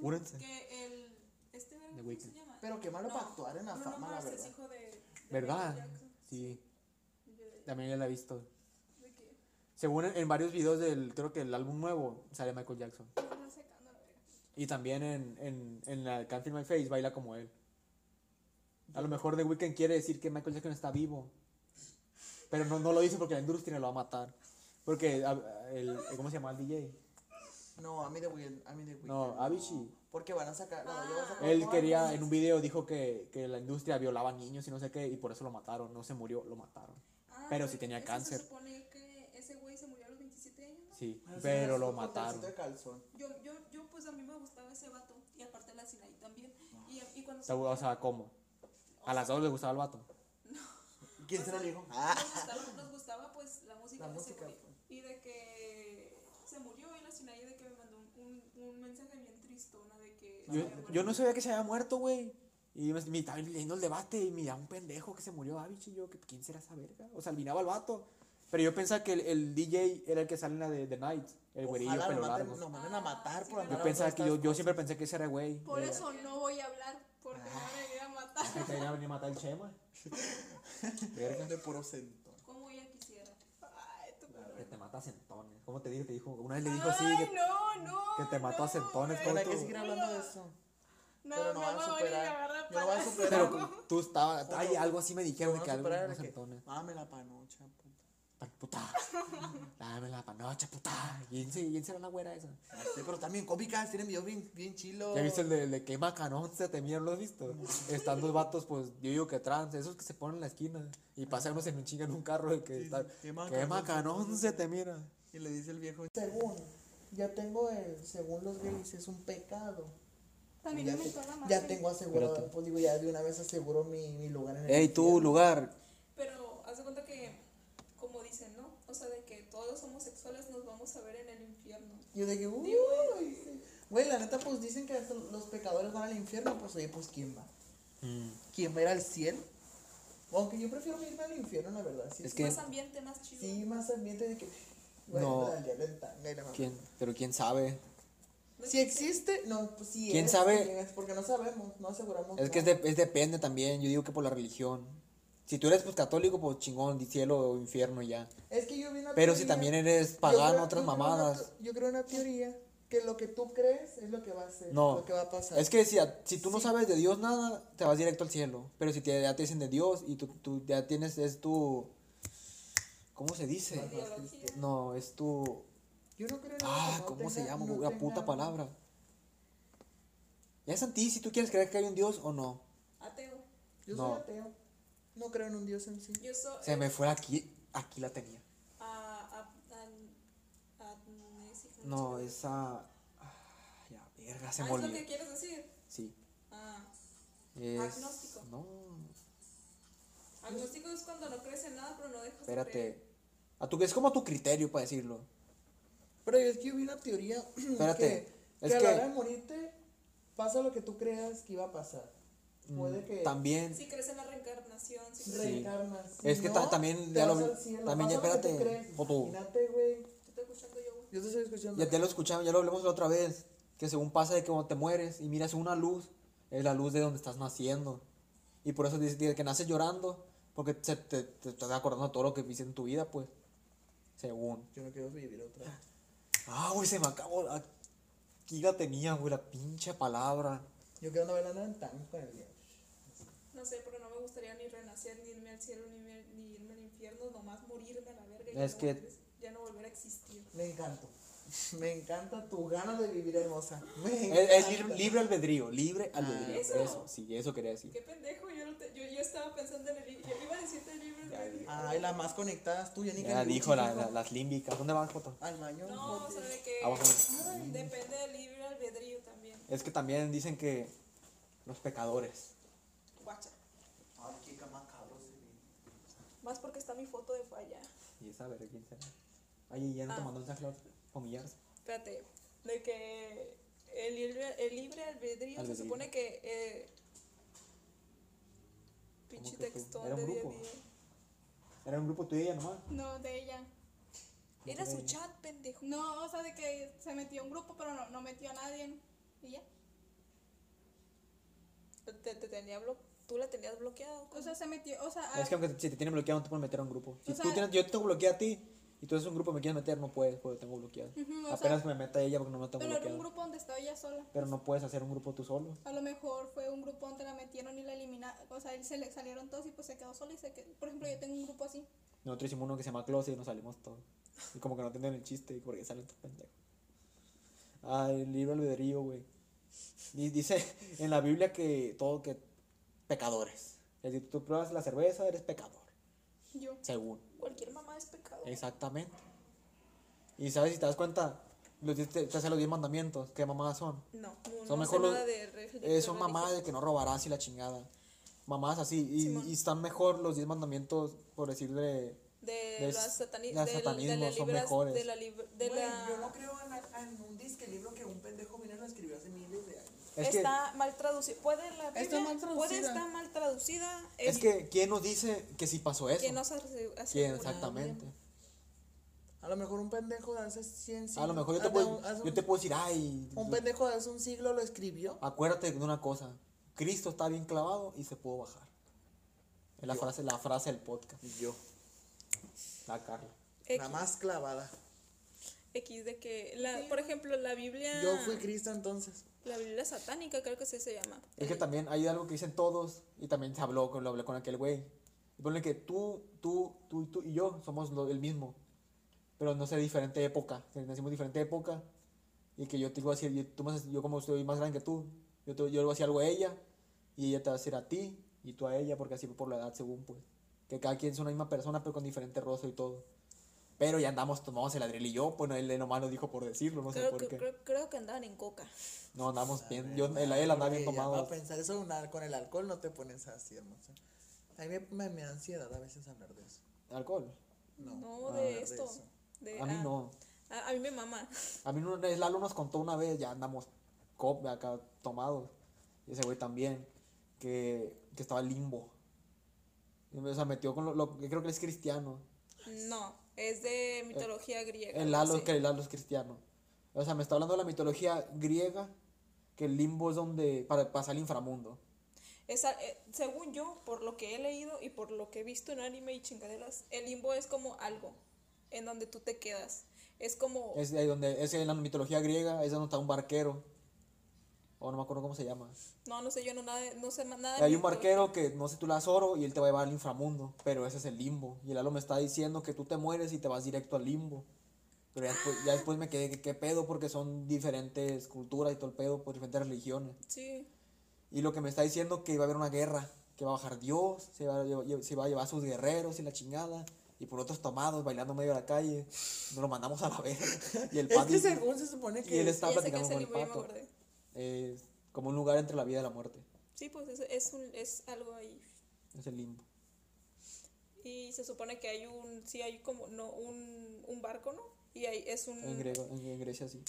Cúrense. Que el. Este verga, The ¿cómo se Weeknd. llama? Pero qué malo para actuar en la Bruno fama, la Mars es verdad. hijo de- de ¿Verdad? Michael Jackson. Sí, Yo de- también ya la he visto. de que- Según en, en varios videos del, creo que el álbum nuevo, sale Michael Jackson. no sé, no, la verga. Y también en, en, en la Can't Feel My Face baila como él. A lo mejor The Weeknd quiere decir que Michael Jackson está vivo. Pero no, no lo dice porque la industria lo va a matar. Porque, a- a- el, eh, ¿cómo se llama el DJ? No, a mí de Weekend. A mí de Weekend. No, Avicii. Porque van a sacar. No, yo voy a sacar. Él no, quería, no, en un video dijo que, que la industria violaba niños y no sé qué, y por eso lo mataron. No se murió, lo mataron. Ah, Pero sí porque tenía eso cáncer. Se supone que ese güey se murió a los 27 años, ¿no? Sí, no, no, pero no, lo no, con mataron. calcito de calzón. Yo, yo, yo, pues a mí me gustaba ese vato. Y aparte la Sinaí también. Y, y cuando se. Ah. O sea, ¿cómo? A las dos le gustaba el vato. ¿Quién será el hijo? nos Ah. gustaba, nos gustaba pues la música La de ese música, güey. pues. Y de que se murió y la Sinaí de que me mandó un, un, un mensaje bien tristona de que. se Yo, había muerto. yo no sabía que se había muerto, güey. Y me, me estaba leyendo el debate y miraba un pendejo que se murió Avicii. y Yo, que ¿quién será esa verga? O sea, miraba al vato. Pero yo pensaba que el, el DJ era el que sale en la de The Night, el güerillo Ojalá pelo lo maten, largo. lo manden a matar por andar Yo a pensaba todas que yo, estas yo cosas. siempre pensé que ese era el güey. Por eh, eso no voy a hablar, porque me van a venir a Que Ah. matar. te iba a venir a matar el Chema. Verga. De puro centón. Como ella quisiera. Ay, tú Que te mata a centones. ¿Cómo te dijo? Te dijo una vez le dijo así. Ay, que- no, no. que te mató a no, centones, güey. Con Pero hay tu- que seguir hablando de eso. No, pero no mi vas a mamá va a venir y me superar. agarra Yo no voy a palazo. superar. Pero tú estabas. Ay, algo así me dijeron de Vamos que a algo superar unos de que, centones. Dame la panocha, puta. Pan- Puta. Dame la panocha, puta. ¿Quién, se- quién será la güera esa? Ah, sí, pero también cómicas, tienen videos bien, bien chilos. ¿Ya viste el de, de que macanón se te miran? ¿Lo has visto? Están dos vatos, pues yo digo que trans, esos que se ponen en la esquina y pasan unos en un chinga en un carro de que Sí, está. sí, Que qué macanón, macanón se te mira. Y le dice el viejo, según, ya tengo el, según los gays es un pecado. También Ya, me te- mentó la madre. ya tengo asegurado, pues digo, ya de una vez aseguro mi, mi lugar en el Ey, tú, lugar. Pero haz de cuenta que, como dicen, ¿no? O sea, de que todos los homosexuales nos vamos a ver en el infierno. Yo de que, uy, güey, la neta, pues dicen que hasta los pecadores van al infierno, pues oye, pues ¿quién va? Mm. ¿Quién va a ir al cielo? Aunque yo prefiero irme al infierno, la verdad. Sí, Es sí. que- Más ambiente, más chido. Sí, más ambiente de que, bueno, No. la llave en tanga y la mamá. ¿Quién? Pero quién sabe. Si existe, no, pues si ¿Quién es, sabe? si es, porque no sabemos, no aseguramos. Es que es, nada. de- es depende también, yo digo que por la religión. Si tú eres pues católico, pues chingón, di cielo o infierno y ya. Es que yo vi una Pero si teoría- también eres yo pagano, creo- yo otras creo una mamadas. te- Yo creo una teoría que lo que tú crees es lo que va a ser, No. lo que va a pasar. Es que si, a- si tú no sabes de Dios nada, te vas directo al cielo. Pero si te, ya te dicen de Dios y tú, tú ya tienes, es tu... ¿Cómo se dice? No, es tu... yo no creo en algo que Ah, no ¿cómo se tenga- llama? no Una tenga- puta palabra. Ya es a ti si tú quieres creer que hay un Dios o no. Ateo. Yo No. soy ateo. No creo en un Dios en sí. Yo soy. Se me fue aquí, aquí la tenía. A, a, a, amnésico, No, chido. esa... ah, Ya, verga, se Ah, me es lo que olvidó. quieres decir. Sí. Ah, es- Agnóstico. No, agnóstico es cuando no crees en nada, pero no dejas de creer. espérate. A tu, es como a tu criterio para decirlo. Pero es que yo vi una teoría Espérate, que, es que a que- la hora de morirte pasa lo que tú creas que iba a pasar. Mm, Puede que También... Si crees en la reencarnación, si crees reencarnas. Es Si que no, ta- también te ya lo vas vi- al cielo. también ya Pasa lo que tú espérate, crees. Joto. Imagínate, güey. te estoy escuchando yo. Yo te estoy escuchando. Ya, ya lo escuchamos, ya lo hablamos la otra vez. Que según pasa de que cuando te mueres y miras una luz, es la luz de donde estás naciendo. Y por eso dice dice que naces llorando, porque se- te, te estás acordando de todo lo que hiciste en tu vida, pues. Según. Yo no quiero vivir otra vez. Ah, güey, se me acabó. la- Aquí la tenía, güey, la pinche palabra. Yo quiero una velada en tango con el día. No sé, porque no me gustaría ni renacer, ni irme al cielo, ni, irme- ni irme al infierno, nomás morirme a la verga. y Es ya que- No volver, ya no volver a existir. Me encanta. Me encanta tu gana de vivir hermosa. Me Es, es encanta. lib- libre albedrío, libre Ah. albedrío. Eso. Eso. sí, eso quería decir. Qué pendejo, yo, no te- yo, yo estaba pensando en el libro. Yo iba a decirte el libro. Ya, ah, albedrío. Ay, la más conectada es tuya, ni Ya que- dijo la- la- las límbicas. ¿Dónde van, Jota? Al mañón. No, o sea, de que Abajo. depende del libre albedrío también. Es que también dicen que los pecadores. Guacha. Ay, qué cama cabros. Más porque está mi foto de falla. Y esa verga, quién será. Ay, ya no te Ah. mandó un saco para humillarse. Espérate, de que el libre, el libre albedrío se Albedrío. supone que. Eh, pinche que tú? textón Era de un 10 grupo. días. Era un grupo tuyo y ella nomás. No, de ella. Era su chat, pendejo. No, o sea, de que se metió a un grupo, pero no, no metió a nadie. ¿Y ya? Te, te tenía blo- tú la tenías bloqueado. O sea, se metió, o sea, Es que aunque si te tienen bloqueado, no te pueden meter a un grupo. Si Ah. O tú sea- tienes, yo te tengo bloqueado a ti y tú eres un grupo y me quieres meter, no puedes porque tengo bloqueado. Ujú, o Apenas me meta ella porque no me tengo pero era un bloqueado. grupo donde estaba ella sola. Pero no puedes hacer un grupo tú solo. A lo mejor fue un grupo donde la metieron y la eliminaron, o sea, y se le salieron todos y pues se quedó sola y se quedó. Por ejemplo, yo tengo un grupo así. Nosotros hicimos uno que se llama Closet y nos salimos todos. Y como que no entienden el chiste y porque salen estos pendejos. Ah, el libro albedrío, güey. Y dice en la Biblia que todo que pecadores. Es decir, tú pruebas la cerveza, eres pecador. Yo. Según. Cualquier mamá es pecado. Eh, Exactamente. Y sabes, si te das cuenta, los, diez- te, te hacen los 10 mandamientos. ¿Qué mamadas son? No, no, Son no sé mejor los- nada de religión, Eh, son no dije. mamadas de que no robarás y la chingada. Mamadas así. Simón. Y, y están mejor los 10 mandamientos, por decirle. de, de las s- satani- las del- de satanismo, la son libras- mejores. de la lib- de Güey, la- Yo no creo en, la- en un disque libro que un pendejo minero escribió hace miles de años. Es que- está mal traducida puede la Está Biblia- mal puede traducida. estar mal traducida Es que, ¿quién nos dice que sí pasó eso? que no se ase- ¿Quién? asegura Exactamente. A lo mejor un pendejo de hace 100 siglos. A lo mejor yo te, hace puedo, un- hace yo un- te puedo decir, ay, Un pendejo de hace un siglo lo escribió. acuérdate de una cosa, Cristo está bien clavado y se pudo bajar. Es la frase, la frase del podcast. Y yo. La Carla. X, La más clavada. X de que la por ejemplo la Biblia Yo fui Cristo entonces. la Biblia satánica creo que sí se llama Es que también hay algo que dicen todos y también se habló, con- lo hablé con aquel güey. Y ponle que tú, tú, tú, y tú y yo somos lo- el mismo, pero no sé, diferente época. que Nacimos diferente época y que yo te iba a decir, yo, tú me vas a- yo como estoy más grande que tú, yo, te- yo le voy a decir algo a ella y ella te va a decir a ti y tú a ella, porque así por la edad, según pues. Que cada quien es una misma persona, pero con diferente rostro y todo. Pero ya andamos tomados el ladril y yo, pues no, él nomás lo dijo por decirlo, no sé creo por que, qué. creo, creo que andaban en coca No, andamos bien, yo, él, él andaba bien Porque ya tomado. Va a pensar eso una- con el alcohol, no te pones así, hermosa. A mí me, me- me da ansiedad a veces hablar de eso. Alcohol. No, no hablar de esto eso. de- A mí ah, no. a, a mí me mama A mí una vez Lalo nos contó una vez, ya andamos cop acá tomados, y ese güey también, que, que estaba limbo. Y, O sea, metió con lo, lo que creo que él es cristiano. no es de mitología griega El algo Lalo, así. que el Lalo es cristiano. O sea, me está hablando de la mitología griega, que el limbo es donde, para pasar al inframundo. Esa, eh, según yo, por lo que he leído y por lo que he visto en anime y chingaderas, el limbo es como algo en donde tú te quedas. Es como Es ahí donde, es en la mitología griega, es donde está un barquero. O no me acuerdo cómo se llama. No, no sé, yo no, nada, de- no sé ma- nada. Y Hay de un barquero que no sé, tú le das oro y él te va a llevar al inframundo, pero ese es el limbo. Y el Lalo me está diciendo que tú te mueres y te vas directo al limbo. Pero ya después, ya después me quedé que qué pedo porque son diferentes culturas y todo el pedo por diferentes religiones. Sí, Y lo que me está diciendo que va a haber una guerra, que va a bajar Dios, se va a, llevar- se va a llevar a sus guerreros y la chingada. Y por otros tomados bailando en medio de la calle, nos lo mandamos a la verga. Y el Es pato. que según se supone y él que. está ya sé que platicando es con el el limbo, ya me pato. acordé. Es como un lugar entre la vida y la muerte. Sí, pues es, es, un, es algo ahí. Es el limbo. Y se supone que hay un, sí, hay como, no, un, un barco, ¿no? Y ahí es un, Mm. En, griego, en, en Grecia sí.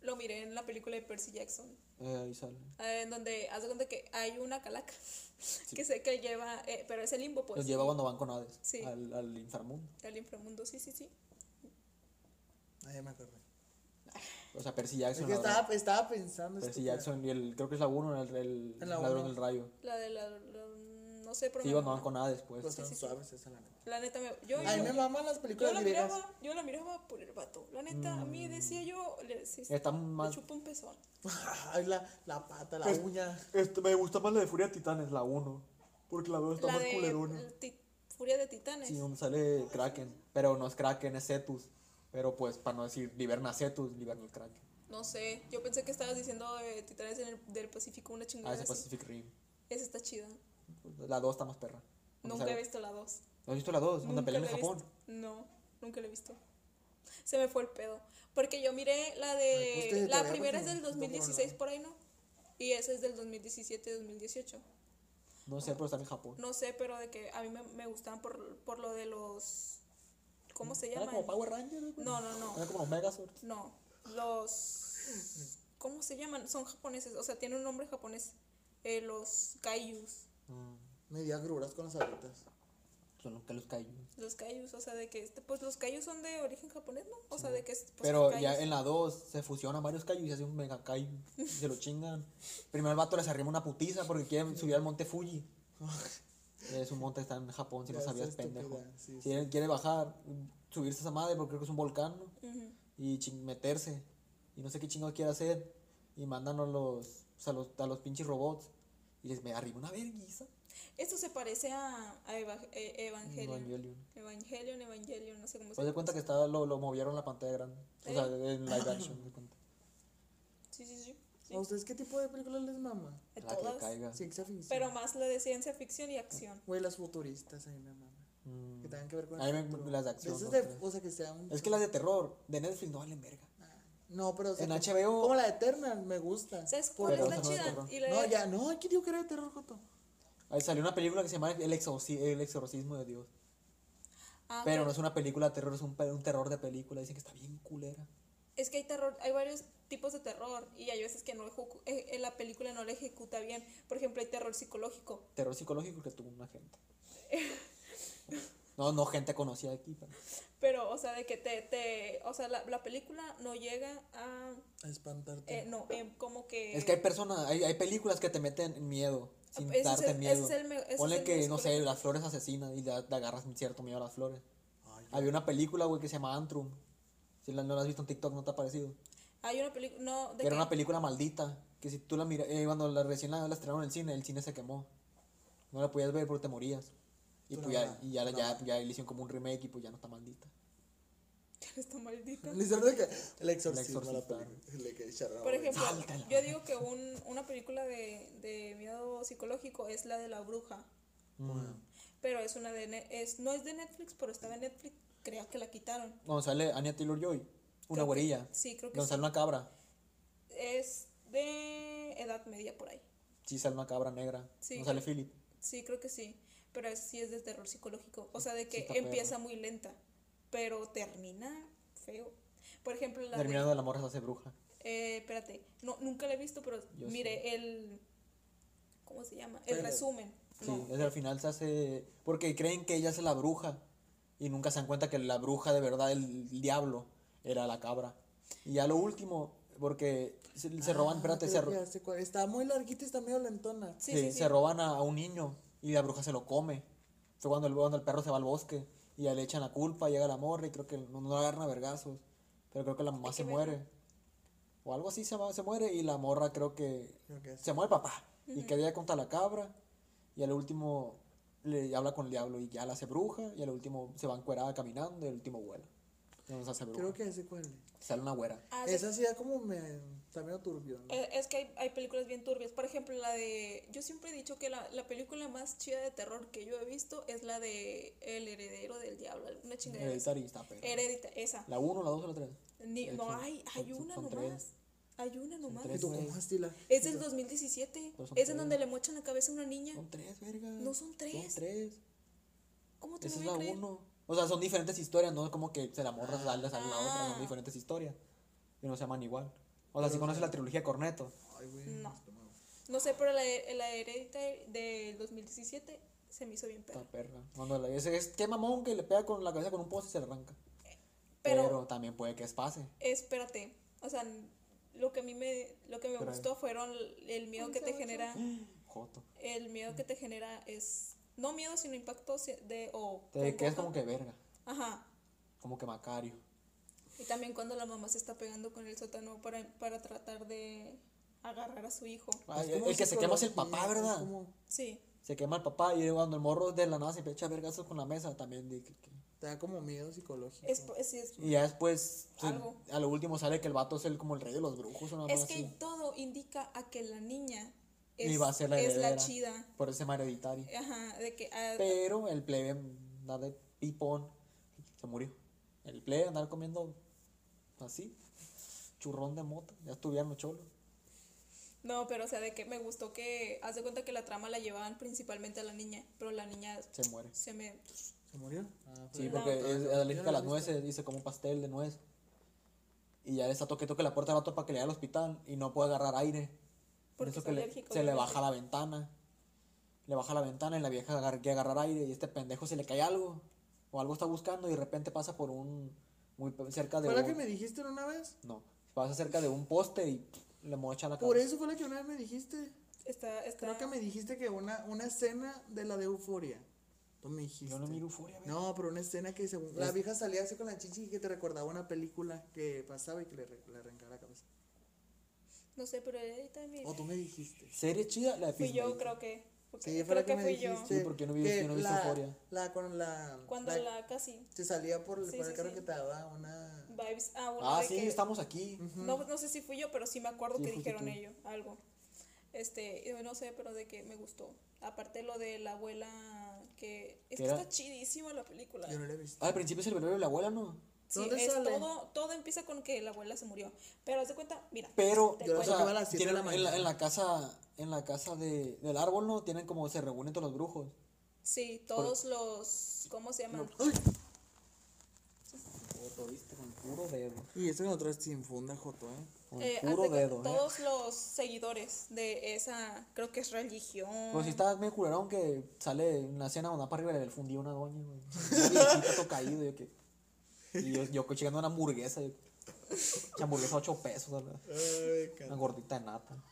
lo miré en la película de Percy Jackson, Eh, ahí sale. eh, en donde hace cuenta que hay una calaca que sé que lleva, eh, pero es el limbo, pues. los lleva cuando van con Hades Sí. al, al inframundo. Al inframundo, sí, sí, sí. Ah, ya me acordé. O sea, Percy Es Jackson. que ladrón. estaba, estaba pensando. Percy estúpida. Jackson y el, creo que pues, es la 1, el, el En la ladrón uno. del rayo. La de la, la- no sé, pero Sí, me cuando mama. van con nada después. Pues están suaves, esa es la neta. La neta, me, yo, A mí yo- me maman las yo películas la griegas. miraba, yo la miraba por el vato. La neta, a mí decía yo, le, si- Mm. Está le más- chupo un pezón. Ay, la, la pata, la Pues- uña. Este, me gusta más la de Furia de Titanes, la 1. Porque la 2 está La más de culerona. el ti- Furia de Titanes. Sí, donde sale Kraken. Pero no es Kraken, es Cetus. Pero pues, para no decir Liberna Cetus, Liberna el Kraken. No sé, yo pensé que estabas diciendo de Titanes en el- del Pacífico, una Ah, chingada ese así. Pacific Rim. Esa está chida. La 2 está más perra. Donde Nunca he sale- visto la 2. ¿No has visto la 2? Donde Nunca pelean la en he Japón. visto. No, nunca la he visto. Se me fue el pedo. Porque yo miré la de. Ay, pues, te- la te primera es agarras del en- no, 2016 por ahí, ¿no? Y esa es del 2017-2018. No sé, pero está en Japón. No sé, pero de que a mí me, me gustaban por, por lo de los. ¿Cómo se Era llaman? como Power Rangers, Ah. güey. No, no, no. Era como los Megazords. No. Los. ¿Cómo se llaman? Son japoneses. O sea, tienen un nombre japonés. Eh, los Kaijus. Me di agruras con las alitas. Son los que los caí. Los Kaijus, o sea, de que. este- Pues los Kaijus son de origen japonés, ¿no? O sea, de que. es- pues, Pero kaijus. ya en la 2 se fusionan varios Kaiju y se hace un mega Kaiju. y se lo chingan. Primero el vato les arrima una putiza porque quieren subir al monte Fuji. Es un monte que está en Japón, si no Ya, sabías, esa estupidez, pendejo. sí, quiere, quiere bajar, subirse a esa madre porque creo que es un volcán, ¿no? Y chin- meterse. Y no sé qué chingados quiere hacer. Y mandan a los, pues, a los, a los pinches robots. Y les me arriba una verguiza. Esto se parece a, a Eva- eh, Evangelion. Evangelion. Evangelion, Evangelion, no sé cómo se Haz Pues de cuenta que estaba, lo, lo movieron a la pantalla grande. O sea, Sí. en live action, haz de cuenta. Sí, sí, sí. sí. ¿A ustedes qué tipo de películas les mama? A La que todas. caiga. Ciencia ficción. Pero más la de ciencia ficción y acción. Güey, las futuristas a mí me maman. Que tengan que ver con Mm. A mí me- futuro. las de acción, Esas no de- creo. o sea, que sean... Es que las de terror de Netflix no valen verga. No, pero... o sea, en que- HBO. Como la de Eternal, me gusta. ¿Sabes Por cuál es Pero la esa no es de chida? terror. Y la No, de- ya, no, ¿quién dijo que era de terror, Joto? Ahí salió una película que se llama El, Exorci- El Exorcismo de Dios. Ah, Pero no es una película de terror, es un, pe- un terror de película. Dicen que está bien culera. Es que hay terror, hay varios tipos de terror y hay veces que no ejecu- eh, eh, la película no la ejecuta bien. Por ejemplo, hay terror psicológico. Terror psicológico que tuvo una gente. No, no gente conocida aquí. pero- Pero, o sea, de que te, te o sea, la, la película no llega a, A espantarte. eh, no, em, como que... Es que hay personas, hay, hay películas que te meten miedo. Sin Ah, Ese es darte el- ese miedo. es el me- ese es Ponle el que, menos no sé, culero. las flores asesinas y le, le agarras cierto miedo a las flores. Había una película, güey, que se llama Antrum. Si la- no la has visto en TikTok, no te ha parecido. Hay una película, no, de Que era que- una película maldita. Que si tú la miras, cuando la, recién la, la estrenaron en el cine, el cine se quemó. No la podías ver porque te morías. Y, Tú pues la ya, verdad, y ya, tú la- la ya, verdad. ya le hicieron como un remake y pues ya no está maldita. está maldita. Le hicieron de que... El exorcismo, El la exorcista. película. Le que charraba, Por güey. ejemplo, Sáltala. yo digo que un- una película de, de miedo psicológico es la de la bruja. Mm. Pero es una de Ne- es, no es de Netflix, pero estaba en Netflix, creo que la quitaron. Donde sale Anya Taylor Joy, una Creo que- güerilla. sí, creo que Donde sí. sale una cabra. Es de edad media por ahí. Sí, sale una cabra negra. Sí, Donde sale creo- Philip. Sí, creo que sí. Pero es- sí es de terror psicológico. O sea, de que está perro. empieza muy lenta, pero termina feo. Por ejemplo, la de, Terminando de la morra se hace bruja. Eh, espérate, no, nunca la he visto, pero Yo mire el. ¿Cómo se llama? El Trailer. resumen. Sí, No, desde al final se hace. Porque creen que ella es la bruja. Y nunca se dan cuenta que la bruja de verdad, el diablo, era la cabra. Y ya lo último, porque se, se roban, Ah, espérate, creo se, que ro- ya sé cuál. Está muy larguita y está medio lentona. Sí, se- sí, sí. se roban a, a un niño y la bruja se lo come. Fue cuando el, cuando el perro se va al bosque y ya le echan la culpa, llega la morra y creo que no, no la agarran a vergazos. Pero creo que la mamá se que muere. O algo así se, va- se muere y la morra creo que Creo que sí. se muere el papá. Y queda ella contra la cabra. Y al último le habla con el diablo y ya la hace bruja. Y al último se va encuerada caminando y al último vuela. Y nos hace bruja. Creo que ya sé cuál. es. Sale una güera. Ah, sí. Esa sí da como me... Está medio turbio, ¿no? Eh, Es que hay, hay películas bien turbias. Por ejemplo, la de. Yo siempre he dicho que la, la película más chida de terror que yo he visto es la de El heredero del diablo. Alguna chingadera. así. Hereditary está perra. Heredita, esa. La 1, la 2 o la 3. Ni- no son- hay, son- hay son- una son tres. nomás. Hay una nomás. tres. Y tú, güey. ¿cómo estila? Es del 2017. Pero son Es en tres. donde le mochan la cabeza a una niña. Son 3, verga. No son Son tres. 3. ¿Cómo te lo Esa es voy a la creer? 1. O sea, son diferentes historias, no es como que se la morra sale, sale la otra, Ah. son diferentes historias. Y no se llaman igual. O sea, si conoces la trilogía Corneto. Ay, güey. No sé, pero la, de- la heredita del 2017 se me hizo bien Está perra. perra. Cuando la- ese es qué mamón que le pega con la cabeza con un poste y se le arranca. Pero, pero- también puede que es pase. Espérate, o sea, lo que a mí me, lo que me Pero- gustó fueron el miedo que te genera, Joto. el miedo que te genera es No miedo, sino impacto si- de. O Te con quedas poca- como que verga, Ajá. como que Macario. Y también cuando la mamá se está pegando con el sótano para, para tratar de agarrar a su hijo. Ay, el que se quema es el papá, ¿verdad? Sí. Se quema el papá y cuando el morro de la nada se echa vergazos con la mesa también. di que- que- Te da como miedo psicológico. Es, es- es- Y ya después, se- Algo. a lo último sale que el vato es el, como el rey de los brujos o una es cosa que así. todo indica a que la niña es, Y va a ser la es la heredera. chida. Por ese mar hereditario. Ajá, de que ah, Pero el plebe, andar de pipón, se murió. El plebe, andar comiendo así, churrón de mota, ya estuvieron los cholos. No, pero o sea, de que me gustó que haz de cuenta que la trama la llevaban principalmente a la niña, pero la niña Se muere. se me ¿Se murió? Ah, Sí, porque es alérgica a las nueces, dice como un pastel de nuez. Y ya está toque toque la puerta al vato para que le dé al hospital y no puede agarrar aire. Por Porque eso es que le- alérgico, se le obviamente. baja la ventana. Le baja la ventana y la vieja agar- quiere agarrar aire y este pendejo se le cae algo. O algo está buscando y de repente pasa por un... Muy pe- cerca de ¿Fue la un- que me dijiste una vez? No, pasa cerca de un poste y le mocha la cabeza. Por eso fue la que una vez me dijiste. está está Creo que me dijiste que una, una escena de la de Euforia. Tú me dijiste. Yo no miro euforia, güey. No, pero una escena que según. La vieja salía así con la chichi y que te recordaba una película que pasaba y que le, re- le arrancaba la cabeza. no sé, pero ahí también O tú me dijiste. Serie chida, la de fui yo, Peacemaker. creo que porque- Sí, fue creo la que, que me fui yo dijiste. Sí, porque yo no vi- que yo no he visto la- Euforia. La con la. cuando la- la casi Se salía por, Sí, por sí, el carro sí. que te daba una. vibes ah, bueno, Ah, de sí, que- estamos aquí. No, no sé si fui yo, pero sí me acuerdo Sí, que fuiste dijeron tú. ellos algo. Este, yo no sé, pero de que me gustó. Aparte lo de la abuela que es ¿Qué que era? está chidísima la película. Yo no la he visto. Ah, al principio es el velorio de la abuela, ¿no? Sí, ¿Dónde es sale? todo, todo empieza con que la abuela se murió. Pero haz de cuenta, mira, Pero Te o cuento. sea, Yo iba a las siete tienen- de la en, la, mañana. en la casa, en la casa de, del árbol, ¿no? Tienen como se reúnen todos los brujos. sí, todos los ¿cómo se llaman? Ay, Con puro dedo. Y eso que nosotros sin funda, Joto, ¿eh? Con Eh, haz de puro cuenta, dedo. eh. todos los seguidores de esa, creo que es religión. Pues si está medio culerón que sale en una cena onda para arriba del fundido una doña, güey. Una viejita todo caído, yo que. Y yo, yo llegando a una hamburguesa, yo. Esa hamburguesa a 8 pesos, ¿verdad? Ay, Una gordita de nata.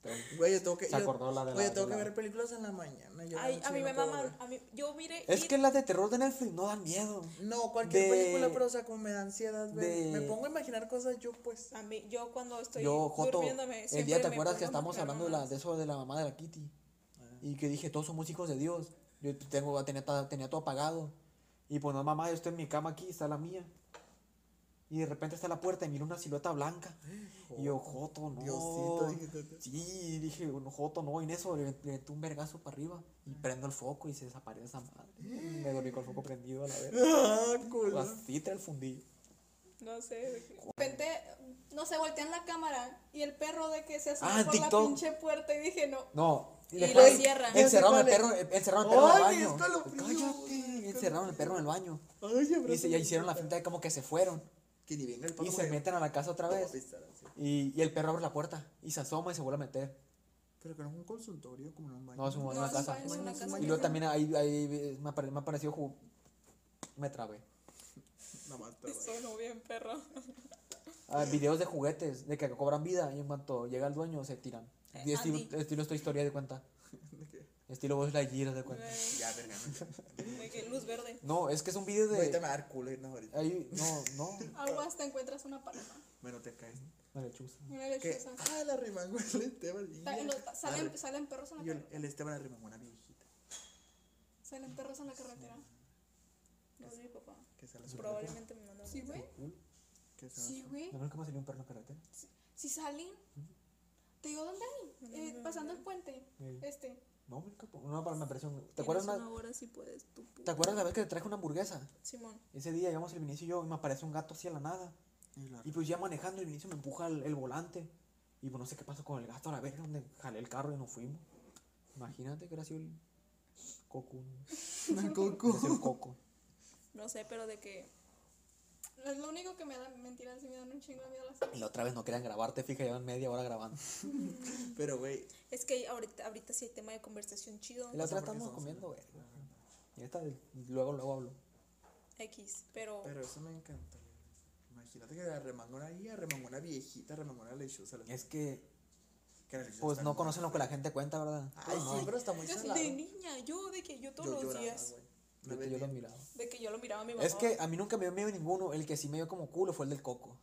Pero- Güey, yo tengo que. Se yo- acordó la de la- Güey, yo tengo de la- que ver películas en la mañana. yo en la Ay, noche a mí yo me no puedo maman, ver. a mí, yo miré Es It, que las de terror de Netflix no dan miedo. No, cualquier De- película, pero o sea, como me da ansiedad, ver. Me de- pongo a imaginar cosas yo, pues. a mí- yo cuando estoy Yo, Joto, durmiéndome el siempre día te me acuerdas que pongo a estamos imaginar hablando de, la, mamadas. de eso de la mamá de la Kitty. Ah. Y que dije, todos somos hijos de Dios. Yo tengo, tenía, ta- tenía todo apagado. Y pues no, mamá, yo estoy en mi cama aquí, está la mía. Y de repente está la puerta y miro una silueta blanca. Y yo, Joto, no. Diosito, dijiste. Sí, y dije, "No, Joto, no. Y en eso le le metí un vergazo para arriba. Y Ah. prendo el foco y se desaparece esa madre. Me dormí con el foco prendido a la vez. Ah, culo. Así trae el fundillo. No sé. de que- De repente, no sé, voltean la cámara y el perro de que se asomó Ah, en por TikTok. la pinche puerta y dije, no. No. Y lo después cierran. Encerraron el Ya sé perro, cuál encerraron el perro en el Ay, baño. escalofrío, Cállate. escalofrío. Encerraron el perro en el baño. Ay, Y se, ya hicieron la finta de como que se fueron. Que ni venga el Y se meten a la casa otra vez. Y, y el perro abre la puerta y se asoma y se vuelve a meter. Pero que no es un consultorio, como no es un baño. No, es un- No, una es un casa. baño, es una casa. Y luego también ahí, ahí me, apare- me ha parecido. ju- Me trabé. Nada más, pero- Sonó bien, perro. Ah, videos de juguetes de que cobran vida y en cuanto llega el dueño se tiran. Eh, Y estilo, Andy. estilo esta historia de cuenta. Estilo vos la gira de Eh. cuenta. Ya, verga. no. De que luz verde. No, es que es un video Ahorita de. me va a dar culo irnos ahorita. ahí- no, no. Algo hasta encuentras una paloma, Bueno, te caes. Una lechuza. una ¿Qué? lechuza. Ah, la arrimangó el Esteban. niña. Ta- en los- Arre- Salen, salen perros en Y la el, carretera. el Esteban arrimangó una viejita. Salen perros en la carretera. No sé, mi papá. Que sale su Probablemente me mandó. Sí, güey. que sale Sí, su- güey. ¿No cómo salió un perro en la carretera? Si salen, te digo dónde hay. Eh, pasando el puente. Este. No, me capo- No, para me pareció. un- ¿Te Tienes acuerdas, una una- hora si puedes, tú. pu- ¿Te acuerdas la vez que te traje una hamburguesa? Simón. Ese día llegamos el Vinicio y yo y me aparece un gato así a la nada. Y la- Y pues ya manejando el Vinicio me empuja el, el volante. Y pues no sé qué pasó con el gato a la verga, donde jalé el carro y nos fuimos. Imagínate que era sido el coco. Una coco. El coco. No sé, pero de que. Es lo único que me da mentiras y me dan un chingo de miedo las cosas. Y la otra vez no querían grabarte, fija, llevan media hora grabando. Pero, güey, Es que ahorita, ahorita sí hay tema de conversación chido. Y la otra porque estamos somos comiendo, güey. Y esta, luego, luego hablo. X. Pero. pero eso me encanta. güey. Imagínate que arremangó una guía, arremangó una viejita, arremangó una lechuza. la- Es que Que pues no conocen lo que la gente cuenta, ¿verdad? Ah, Ay, sí, pero está muy Yo salado. de niña, yo de que yo todos los días, De que yo lo miraba. de que yo lo miraba a mi mamá. Es que a mí nunca me dio miedo ninguno. El que sí me dio como culo fue el del coco.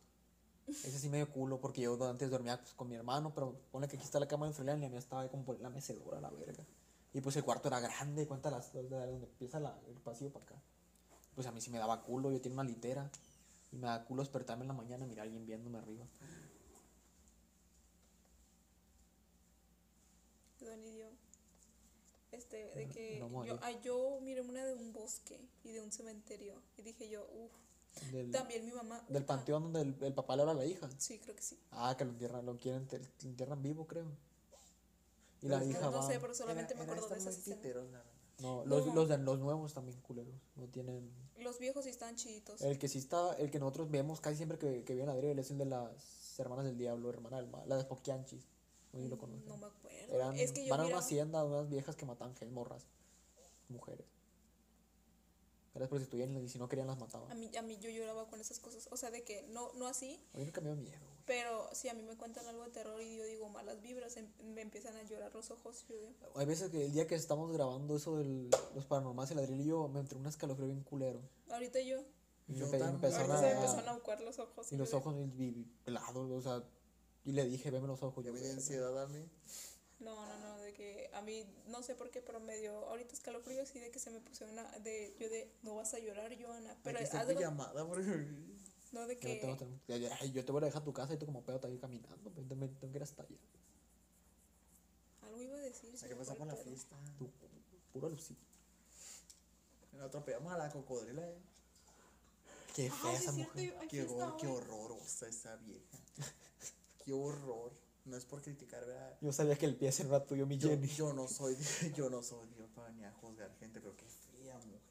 Ese sí me dio culo porque yo antes dormía pues, con mi hermano, pero pone que aquí está la cama de Freeland y la mía estaba ahí como por la mecedora, la verga. Y pues el cuarto era grande, cuenta las dos de donde empieza la- el pasillo para acá. Pues a mí sí me daba culo, yo tenía una litera y me da culo despertarme en la mañana y mirar a alguien viéndome arriba. Don y yo, Este, de que no morí. yo, ah, yo miré una de un bosque y de un cementerio. Y dije yo, uff. Del, También mi mamá. del ufa. panteón donde el, el papá le habla a la hija. Sí, creo que sí. Ah, que lo entierran, lo quieren, te- lo entierran vivo, creo. Y No, la hija Pues, no va. sé, pero solamente Era- me acuerdo de eran esas muy escenas. piteros, la verdad. No, los, No. los, de- los nuevos también culeros. No tienen. Los viejos sí están chiditos. El que sí está, el que nosotros vemos casi siempre que, que viene a Adriel es el de las hermanas del diablo, hermana del mal, las Poquianchis. No sé si lo conocen. Mm, no me acuerdo. Eran, es que yo van a una miraba- hacienda, unas viejas que matan gen- morras, mujeres. Que Las prostituían y si no querían las mataban. a mí, a mí yo lloraba con esas cosas. O sea, de que no, no así, A mí nunca me dio miedo, güey. pero si a mí me cuentan algo de terror y yo digo malas vibras, em- me empiezan a llorar los ojos. Yo digo, Hay veces que el día que estamos grabando eso de los paranormales, el Adriel y yo, me entró un escalofrío bien culero. ahorita yo. Y me Yo pe- me también. empezaron Ahorita se me empezaron a, a buscar los ojos. y yo los de- ojos y- y- pelados, o sea, y le dije, veme los ojos. Yo me di "Verga". ansiedad a mí. No, no, no, de que a mí no sé por qué, pero me dio ahorita escalofríos y de que se me puso una de yo de no vas a llorar, Joana, Pero pero que haz está de tu cu- llamada, porque... no de Yo, no que tengo tan- ya- ya, ay, yo te voy a dejar a tu casa y tú como pedo te vas a ir caminando. pues, Tengo, tengo que ir hasta allá. algo iba a decir. se Hay que me pasar fue por el la pedo. fiesta. Tú, puro alucin. Nos atropellamos a la cocodrila, eh. Qué fea Ay, sí esa es cierto, mujer. yo- ay, Qué, fiesta hor- qué hoy. horrorosa esa vieja. Qué horror. No es por criticar, ¿verdad? Yo sabía que el pie era tuyo, mi Yo, Jenny. yo no soy di- yo no soy Dios para ni a juzgar gente, pero qué fea mujer.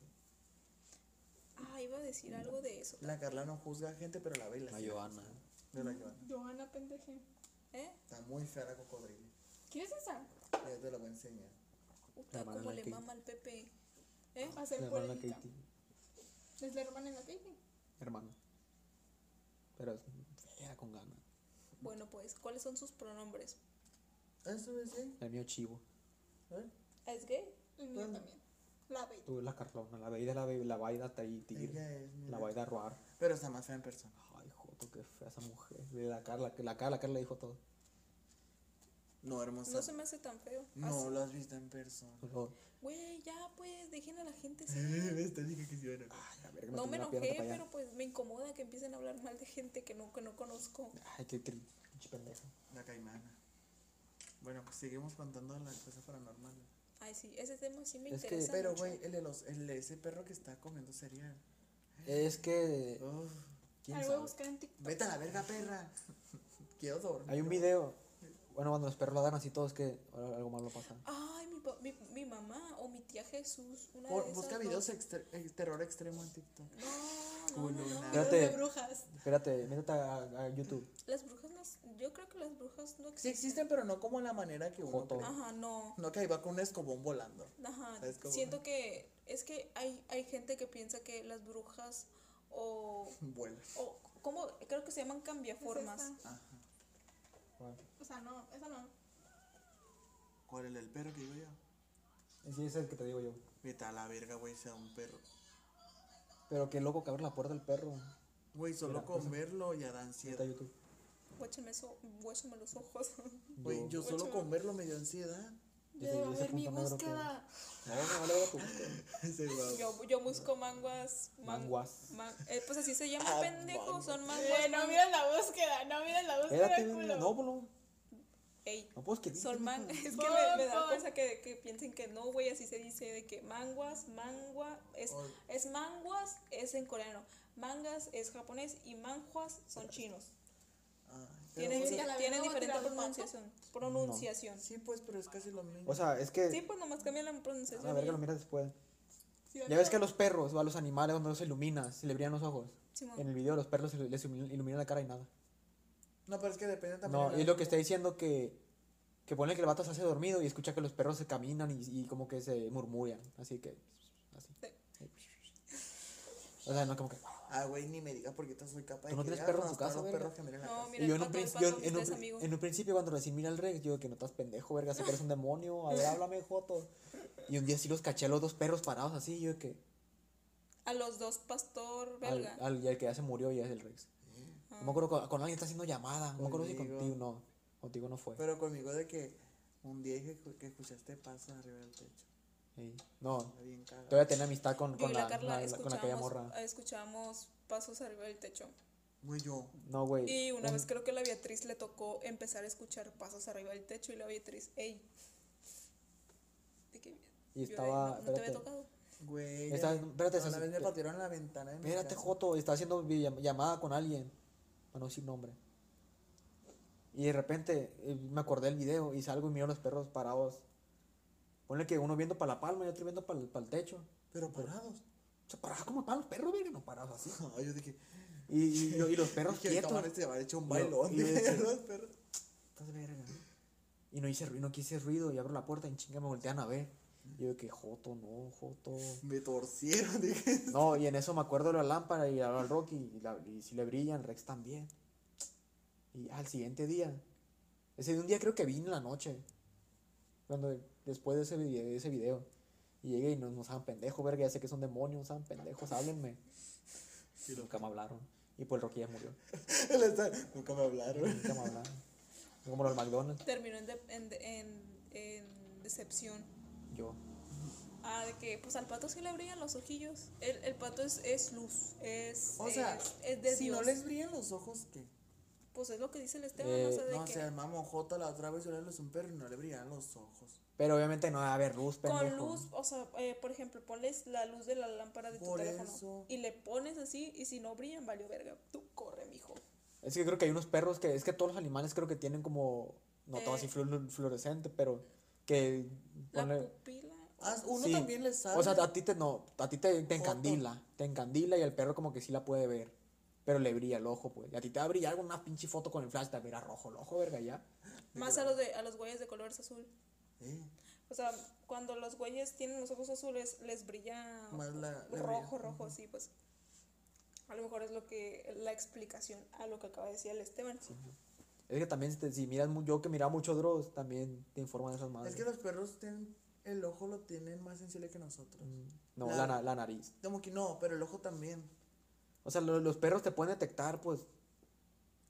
Ah, iba a decir algo de eso. La Carla no juzga gente, pero la ve y la La sigue Joana. juzgando. No, la Joana. Johanna, pendeje. ¿Eh? Está muy fea la cocodrila. ¿Quieres esa? Ya te la voy a enseñar. Puta, hermana como de le Katie. mama al Pepe. ¿Eh? Hacer La hermana polémica. Katie. Es la hermana en la Katie. Hermana. Pero es fea con ganas. Bueno, pues, ¿cuáles son sus pronombres? Eso me sí. El mío chivo. ¿eh? ¿Es gay? El mío también. La baby. Tú la Carlona. La Baida, la, Be- la Baida Taí Ella Tigre. es mi La bebé. Baida Roar. Pero está más fea en persona. Ay, joto, qué fea esa mujer. Ve La Carla, que la Carla, la Carla dijo todo. No, hermosa. No se me hace tan feo. No Así- lo has visto en persona. Pero, Güey, ya pues, dejen a la gente ser. Esta dije que sí iba a enojar. ay, la verga, No tengo me Eh, una pierna enojé, para allá. pero pues me incomoda que empiecen a hablar mal de gente que no, que no conozco. Ay, qué, qué pinche pendejo. La caimana. Bueno, pues seguimos contando las cosas paranormales. Ay, sí, ese tema sí me Es que- interesa. Pero, mucho. güey, el de los, el de ese perro que está comiendo cereal. Es que Uf, Algo voy ¿quién a sabe? buscar en TikTok. Vete a la verga, perra. Quiero dormir. Hay un video. Bueno, cuando los perros ladran así todos que ahora algo malo pasa. Ay, mi, pa- mi, mi mamá o mi tía Jesús. Una Por- de esas busca dos. videos extre- eh, terror extremo en TikTok. No, no, Culo, no, no. nada. Videos de Espérate, brujas. espérate, métete a, a YouTube. Las brujas, las, yo creo que las brujas no Sí existen. existen, pero no como la manera que uno Joto. cree. Ajá, no. No que ahí va con un escobón volando. Ajá, ¿Sabes cómo? siento que es que hay, hay gente que piensa que las brujas o, Vuela. o ¿cómo? Creo que se llaman cambiaformas. Es esta. O sea, no, esa no. ¿Cuál es el perro que digo yo? Sí, es el que te digo yo. Vete a la verga, güey, sea un perro. Pero qué loco que abre la puerta el perro. Güey, solo Mira, pues, con verlo ya da Métete a ansiedad. YouTube. Guáchame eso- guáchame los ojos. Güey, yo solo con verlo me dio ansiedad. Yo debo ver mi búsqueda. No, no, vale, vale, tú. Ese guau. Yo, yo busco manguas. man- Manguas. man- eh, pues así se llama, Ah, pendejo. manguas. Son manguas. Eh, no man- miren la búsqueda, no miren la búsqueda, Espérate, culo. mira, no, boludo. Ey, No puedes que son man- Es que me, Pon, me da pon. cosa que, que piensen que no, güey. Así se dice de que manguas, mangua. Es, Oy. es manguas, es en coreano. Mangas es japonés y manjuas Ah, son chinos. Ay, pero Tienen, pues, sí, a la tienen verga, voy a diferente tirar el mango. pronunciación. pronunciación. Sí, pues, pero es casi lo mismo. O sea, es que. Sí, pues nomás cambian la Ah, a pronunciación. la verga y lo miras después. Sí, o Ya ves no. que a los perros o a los animales cuando los iluminas, se le brillan los ojos. Simón. En el video los perros se les ilumina ilumina la cara y nada. no, pero es que depende también. No, de y la- es lo que está diciendo que, que pone que el vato se hace dormido y escucha que los perros se caminan y, y como que se murmuran. Así que, así. Sí. O sea, no como que... Ah, güey, ni me digas porque yo soy capaz ¿Tú no de "Ah, tienes ya perro en tu arrastrar casa, un verga? perro gemelo en la No, casa. mira, y yo, en no un, todo el princ- yo paso en, un mitad prin- amigo. en un principio cuando recién mira al Rex, yo que no estás pendejo, verga, si eres un demonio, a ver, háblame, joto. Y un día sí los caché a los dos perros parados así, yo que A los dos pastor al, ah, belga. al- y al que ya se murió ya es el Rex. No Ah. me acuerdo, con, con alguien está haciendo llamada, no me acuerdo si Conmigo. contigo, no, contigo no fue. Pero conmigo de que un día que, que escuchaste pasos arriba del techo. Sí. No, Está bien cagado. todavía tenía amistad con, Yo con, y la, la Carla la- la- con aquella escuchábamos, morra. escuchábamos pasos arriba del techo. Güey, yo. No, güey. Y una un- vez creo que la Beatriz le tocó empezar a escuchar pasos arriba del techo y la Beatriz, ey. De que, Y yo de, estaba- no, no te había espérate. tocado. Güey. Está- ya me- espérate, Una estás- vez me partieron la ventana de mi Espérate, casa. este Joto, está haciendo videollam- llamada con alguien, para no decir nombre. Y de repente eh, me acordé del video y salgo y miro a los perros parados. Ponle que uno viendo para la palma y otro viendo para el techo. Pero parados. O sea, parados como para los perros, verga, no parados así. Ay, yo dije. Y, y- y los perros dije, ahorita quietos. van a- se van a echar un Y yo- bailón. y yo dije, dije, los perros. "Estás verga". Y no hice ruido, no quise ruido y abro la puerta y en chinga me voltean a ver. Y yo de que Joto, no, Joto. Me torcieron. Dije. No, y en eso me acuerdo de la lámpara y al Rocky, y, la- y si le brillan, Rex también. Y al siguiente día, ese un día creo que vi en la noche, cuando después de ese video, de ese video y llegué y nos, nos saben pendejo, verga, ya sé que son demonios, saben pendejos, háblenme. Y nunca me hablaron. Y pues el Rocky ya murió, Él está- Nunca me hablaron. nunca me hablaron. Como los McDonald's, Terminó en, de- en, de- en- en decepción. yo. Ah, de que pues al pato sí le brillan los ojillos. El, el pato es, es luz, es, O sea, es, es de si Dios. no les brillan los ojos, ¿qué? Pues es lo que dice el Esteban, Eh, o sea, de No, o que sea, mamá Jota la otra vez yo le hablé a un perro y no le brillaban los ojos. Pero obviamente no va a haber luz, pendejo. con luz, o sea, eh, por ejemplo, pones la luz de la lámpara de tu Por teléfono eso. y le pones así y si no brillan, valió verga, tú corre, mijo. Es que creo que hay unos perros que, es que todos los animales creo que tienen como, no todo así Eh. flu- fluorescente, pero que... La ponle- pupila. Ah, uno sí. también les sabe. O sea, a ti te, no, a ti te, te Joto. encandila, te encandila y el perro como que sí la puede ver, pero le brilla el ojo, pues. Y a ti te va a brillar con una pinche foto con el flash, te mira rojo el ojo, verga, ya. Más a los, de, a los güeyes de colores azul. Eh, O sea, cuando los güeyes tienen los ojos azules, les brilla Más la- la rojo, brilla. rojo, sí, pues. A lo mejor es lo que la explicación a lo que acaba de decir el Esteban. Es que también, este, si miras, mu- yo que miraba mucho Dross, también te informan de esas madres. Es que los perros tienen, el ojo lo tienen más sensible que nosotros. No, la- la, na- la nariz. Como que no, pero el ojo también. O sea, lo- los perros te pueden detectar, pues,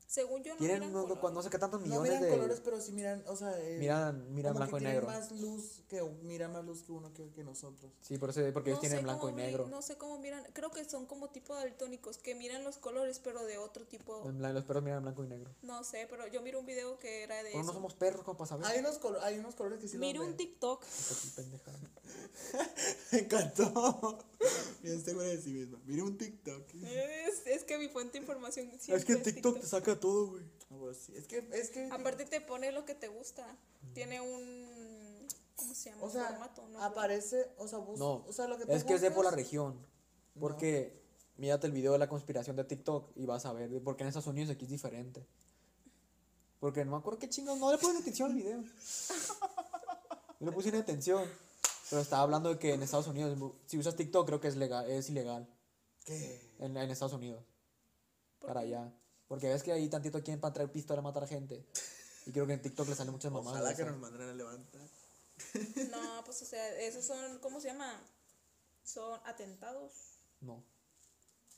Según yo no tienen miran unos- colores. no sé qué tantos No millones miran de... colores, pero sí miran, o sea, eh, Miran- miran como blanco que y tienen negro. más luz que mira más luz que uno que, que nosotros. Sí, por eso, porque ellos No tienen sé blanco y cómo mi- negro. No sé cómo miran, creo que son como tipo daltónicos que miran los colores pero de otro tipo. En blan- Los perros miran blanco y negro. No sé, pero yo miro un video que era de Pero no eso. somos perros como para saber. Hay unos colo- hay unos colores que sí Miro los un ven. TikTok Pues sí, pendeja. Me encantó. Bien segura de sí misma. Mira un TikTok. Es, es que mi fuente de información siempre Es que en TikTok te saca todo, güey. No, pues sí, Es que es que Aparte te pone lo que te gusta. Tiene un ¿cómo se llama? o sea, formato, ¿no? aparece, o sea, bus- No, pues, o sea, lo que es que es de por la región región. Porque mírate el video de la conspiración de TikTok y vas a ver de por qué en Estados Unidos aquí es diferente. Porque no me acuerdo qué chingados, no le puse atención al video. No le puse ni atención. Pero estaba hablando de que en Estados Unidos, si usas TikTok, creo que es, legal, es ilegal. En, en Estados Unidos. Para allá. Porque ves que ahí tantito quieren para traer pistola a matar gente. Y creo que en TikTok le salen muchas mamadas. Ojalá de que esas. nos mandaran a levantar. No, pues o sea, esos son ¿cómo se llama? Son atentados. No.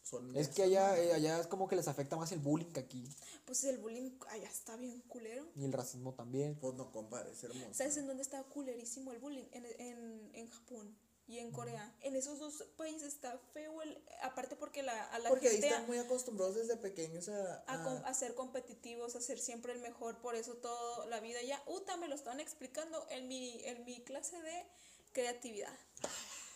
Son Es que allá, eh, allá es como que les afecta más el bullying que aquí. Pues el bullying allá está bien culero. Y el racismo también. Pues no compares, hermoso. ¿Sabes en dónde está culerísimo el bullying? En, en, en Japón y en Corea. En esos dos países está feo el... Aparte porque la, a la Porque ahí gente... están muy acostumbrados desde pequeños a, a, a- com- a ser competitivos, a ser siempre el mejor, por eso toda la vida ya, Uta me lo están explicando en mi, en mi clase de creatividad.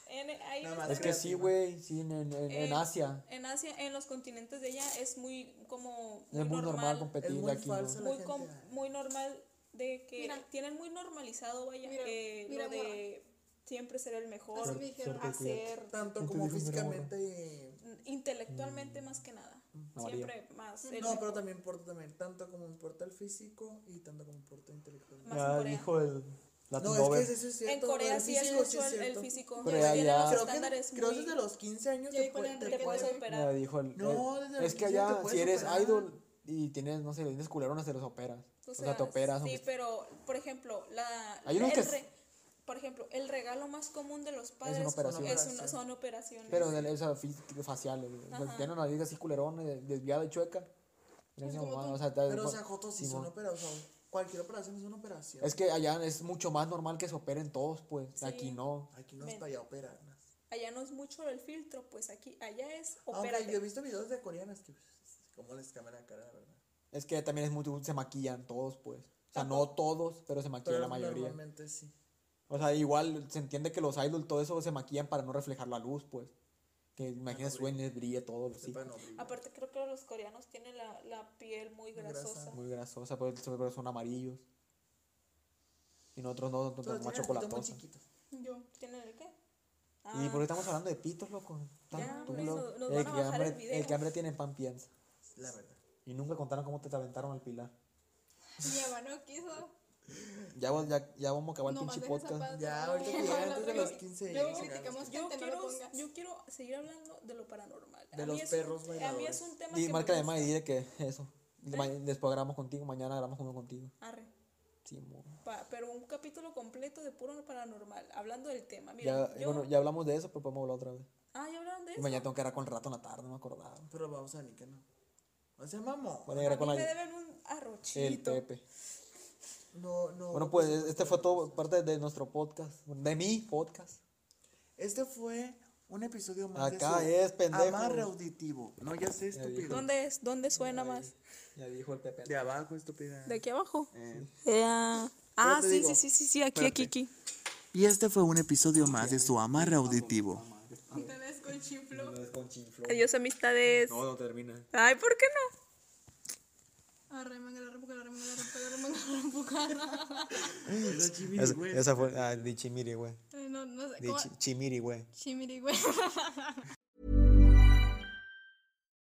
En, ahí Nada me más Es están- que sí, creativa. güey. Sí, en, en- en- en en- Asia. eh, En Asia, en los continentes de ella es muy como... Es muy normal Es competir muy aquí. ¿no? falsa la muy, gente. com- muy normal de que Mira. tienen muy normalizado vaya Mira, eh, mira, lo de siempre ser el mejor Así me dijeron. Suerte, cuídate. hacer Tanto ¿Qué te como dijo mi hermano? físicamente. intelectualmente más que nada Mm. no siempre más el No, mejor. pero también importa también. Tanto como importa el físico y tanto como importa intelectualmente. más en Ya Corea. dijo el, Latin No, Lover. es que ese sí es En cierto. Corea el sí es físico, usual el cierto. físico. Pero Ya tienen allá- los Creo que, estándares creo que muy- desde los 15 años Ya te, ahí ponen puede- te que te puedes pueden- operar. Me dijo el. eh, No, el- desde los es que 15 ya te allá, puedes si eres operar. idol y tienes, no sé, tienes culeronas, te los operas. O sea, te operas. Sí, aunque- pero, por ejemplo, la. Hay unos el que es- por ejemplo, el regalo más común de los una padres es operación. una- son operaciones. Pero en el, o sea, fí- faciales. güey. O sea, Ajá. tienen la nariz así culerona, de- desviada y chueca. Mira esa como mamada, tú. o sea, te- Pero, o por- sea, Joto, sí Simón. son operación. Cualquier operación es una operación. Es que allá es mucho más normal que se operen todos, pues. Aquí no. Aquí no es Ven. para allá operarnos. Allá no es mucho el filtro, pues aquí, allá es Aunque Ah, yo he opérate. visto videos de coreanas que, pues, como les cambian la cara, la verdad. Es que también es mucho, se maquillan todos, pues. O sea, no todos, pero se maquilla Pero la mayoría. Normalmente sí. O sea, igual se entiende que los idols, todo eso, se maquillan para no reflejar la luz, pues. Que imagínate, suene, brille todo, los Para no hijos. brillar. Aparte creo que los coreanos tienen la, la piel muy grasosa. Muy grasosa, pero, pero son amarillos. Y nosotros no, Pero nosotros tienen más el pito muy chocolatosa. chiquito. Yo, ¿tienen el qué? ¿Y por qué Ah, estamos hablando de pitos, loco? Tan- tú, pues, lo- nos- nos el, van a que bajar el hambre, video. que hambre tiene en pan piensa. La verdad. Y nunca contaron cómo te aventaron al pilar. Mi hermano quiso. Ya, va- ya, ya vamos a acabar el No, pinche mandé esa podcast. parte. Ya, ahorita que llegan antes de los 15 Luego años. criticamos que yo, antes no lo quiero, pongas. yo quiero seguir hablando de lo paranormal. De A mí los es un- perros A mí es bailadores. un tema Y que marca me de madre y gusta. dile que eso. Y ma- Después grabamos contigo, mañana grabamos uno contigo. Arre, Sí, mo- pa- pero un capítulo completo de puro paranormal, hablando del tema. Mira, ya, yo, bueno, ya hablamos de eso, pero podemos hablar otra vez. Ah, ya hablaron de Y eso. mañana tengo que ir con el rato en la tarde, no me acordaba. Pero vamos a Nica, ¿no? O sea, mamón. Bueno, ir A con mí la- me deben un el arrochito. Pepe. No, no. Bueno, pues este fue todo parte de nuestro podcast. De mi podcast. Este fue un episodio más. de Acá su es, pendejo. Amarre auditivo. No, ya sé, estúpido. ¿Dónde es? ¿Dónde suena más? Ya dijo el Pepe. De abajo, estúpida. ¿De aquí abajo? Eh. Eh, Ah, te sí, digo. sí, sí, sí, sí, aquí, aquí, aquí. Y este fue un episodio más de su amarre auditivo. Te desconchiflo. Con chinflo. Adiós, amistades. No, no termina. Ay, ¿por qué no? Arremanga, arremanga, arremanga, arremanga, arremanga. Esa, esa fue. Ah, di chimiri, güey. Eh, No, no sé. Di ¿cómo? chi- chimiri, güey. Chimirigüe.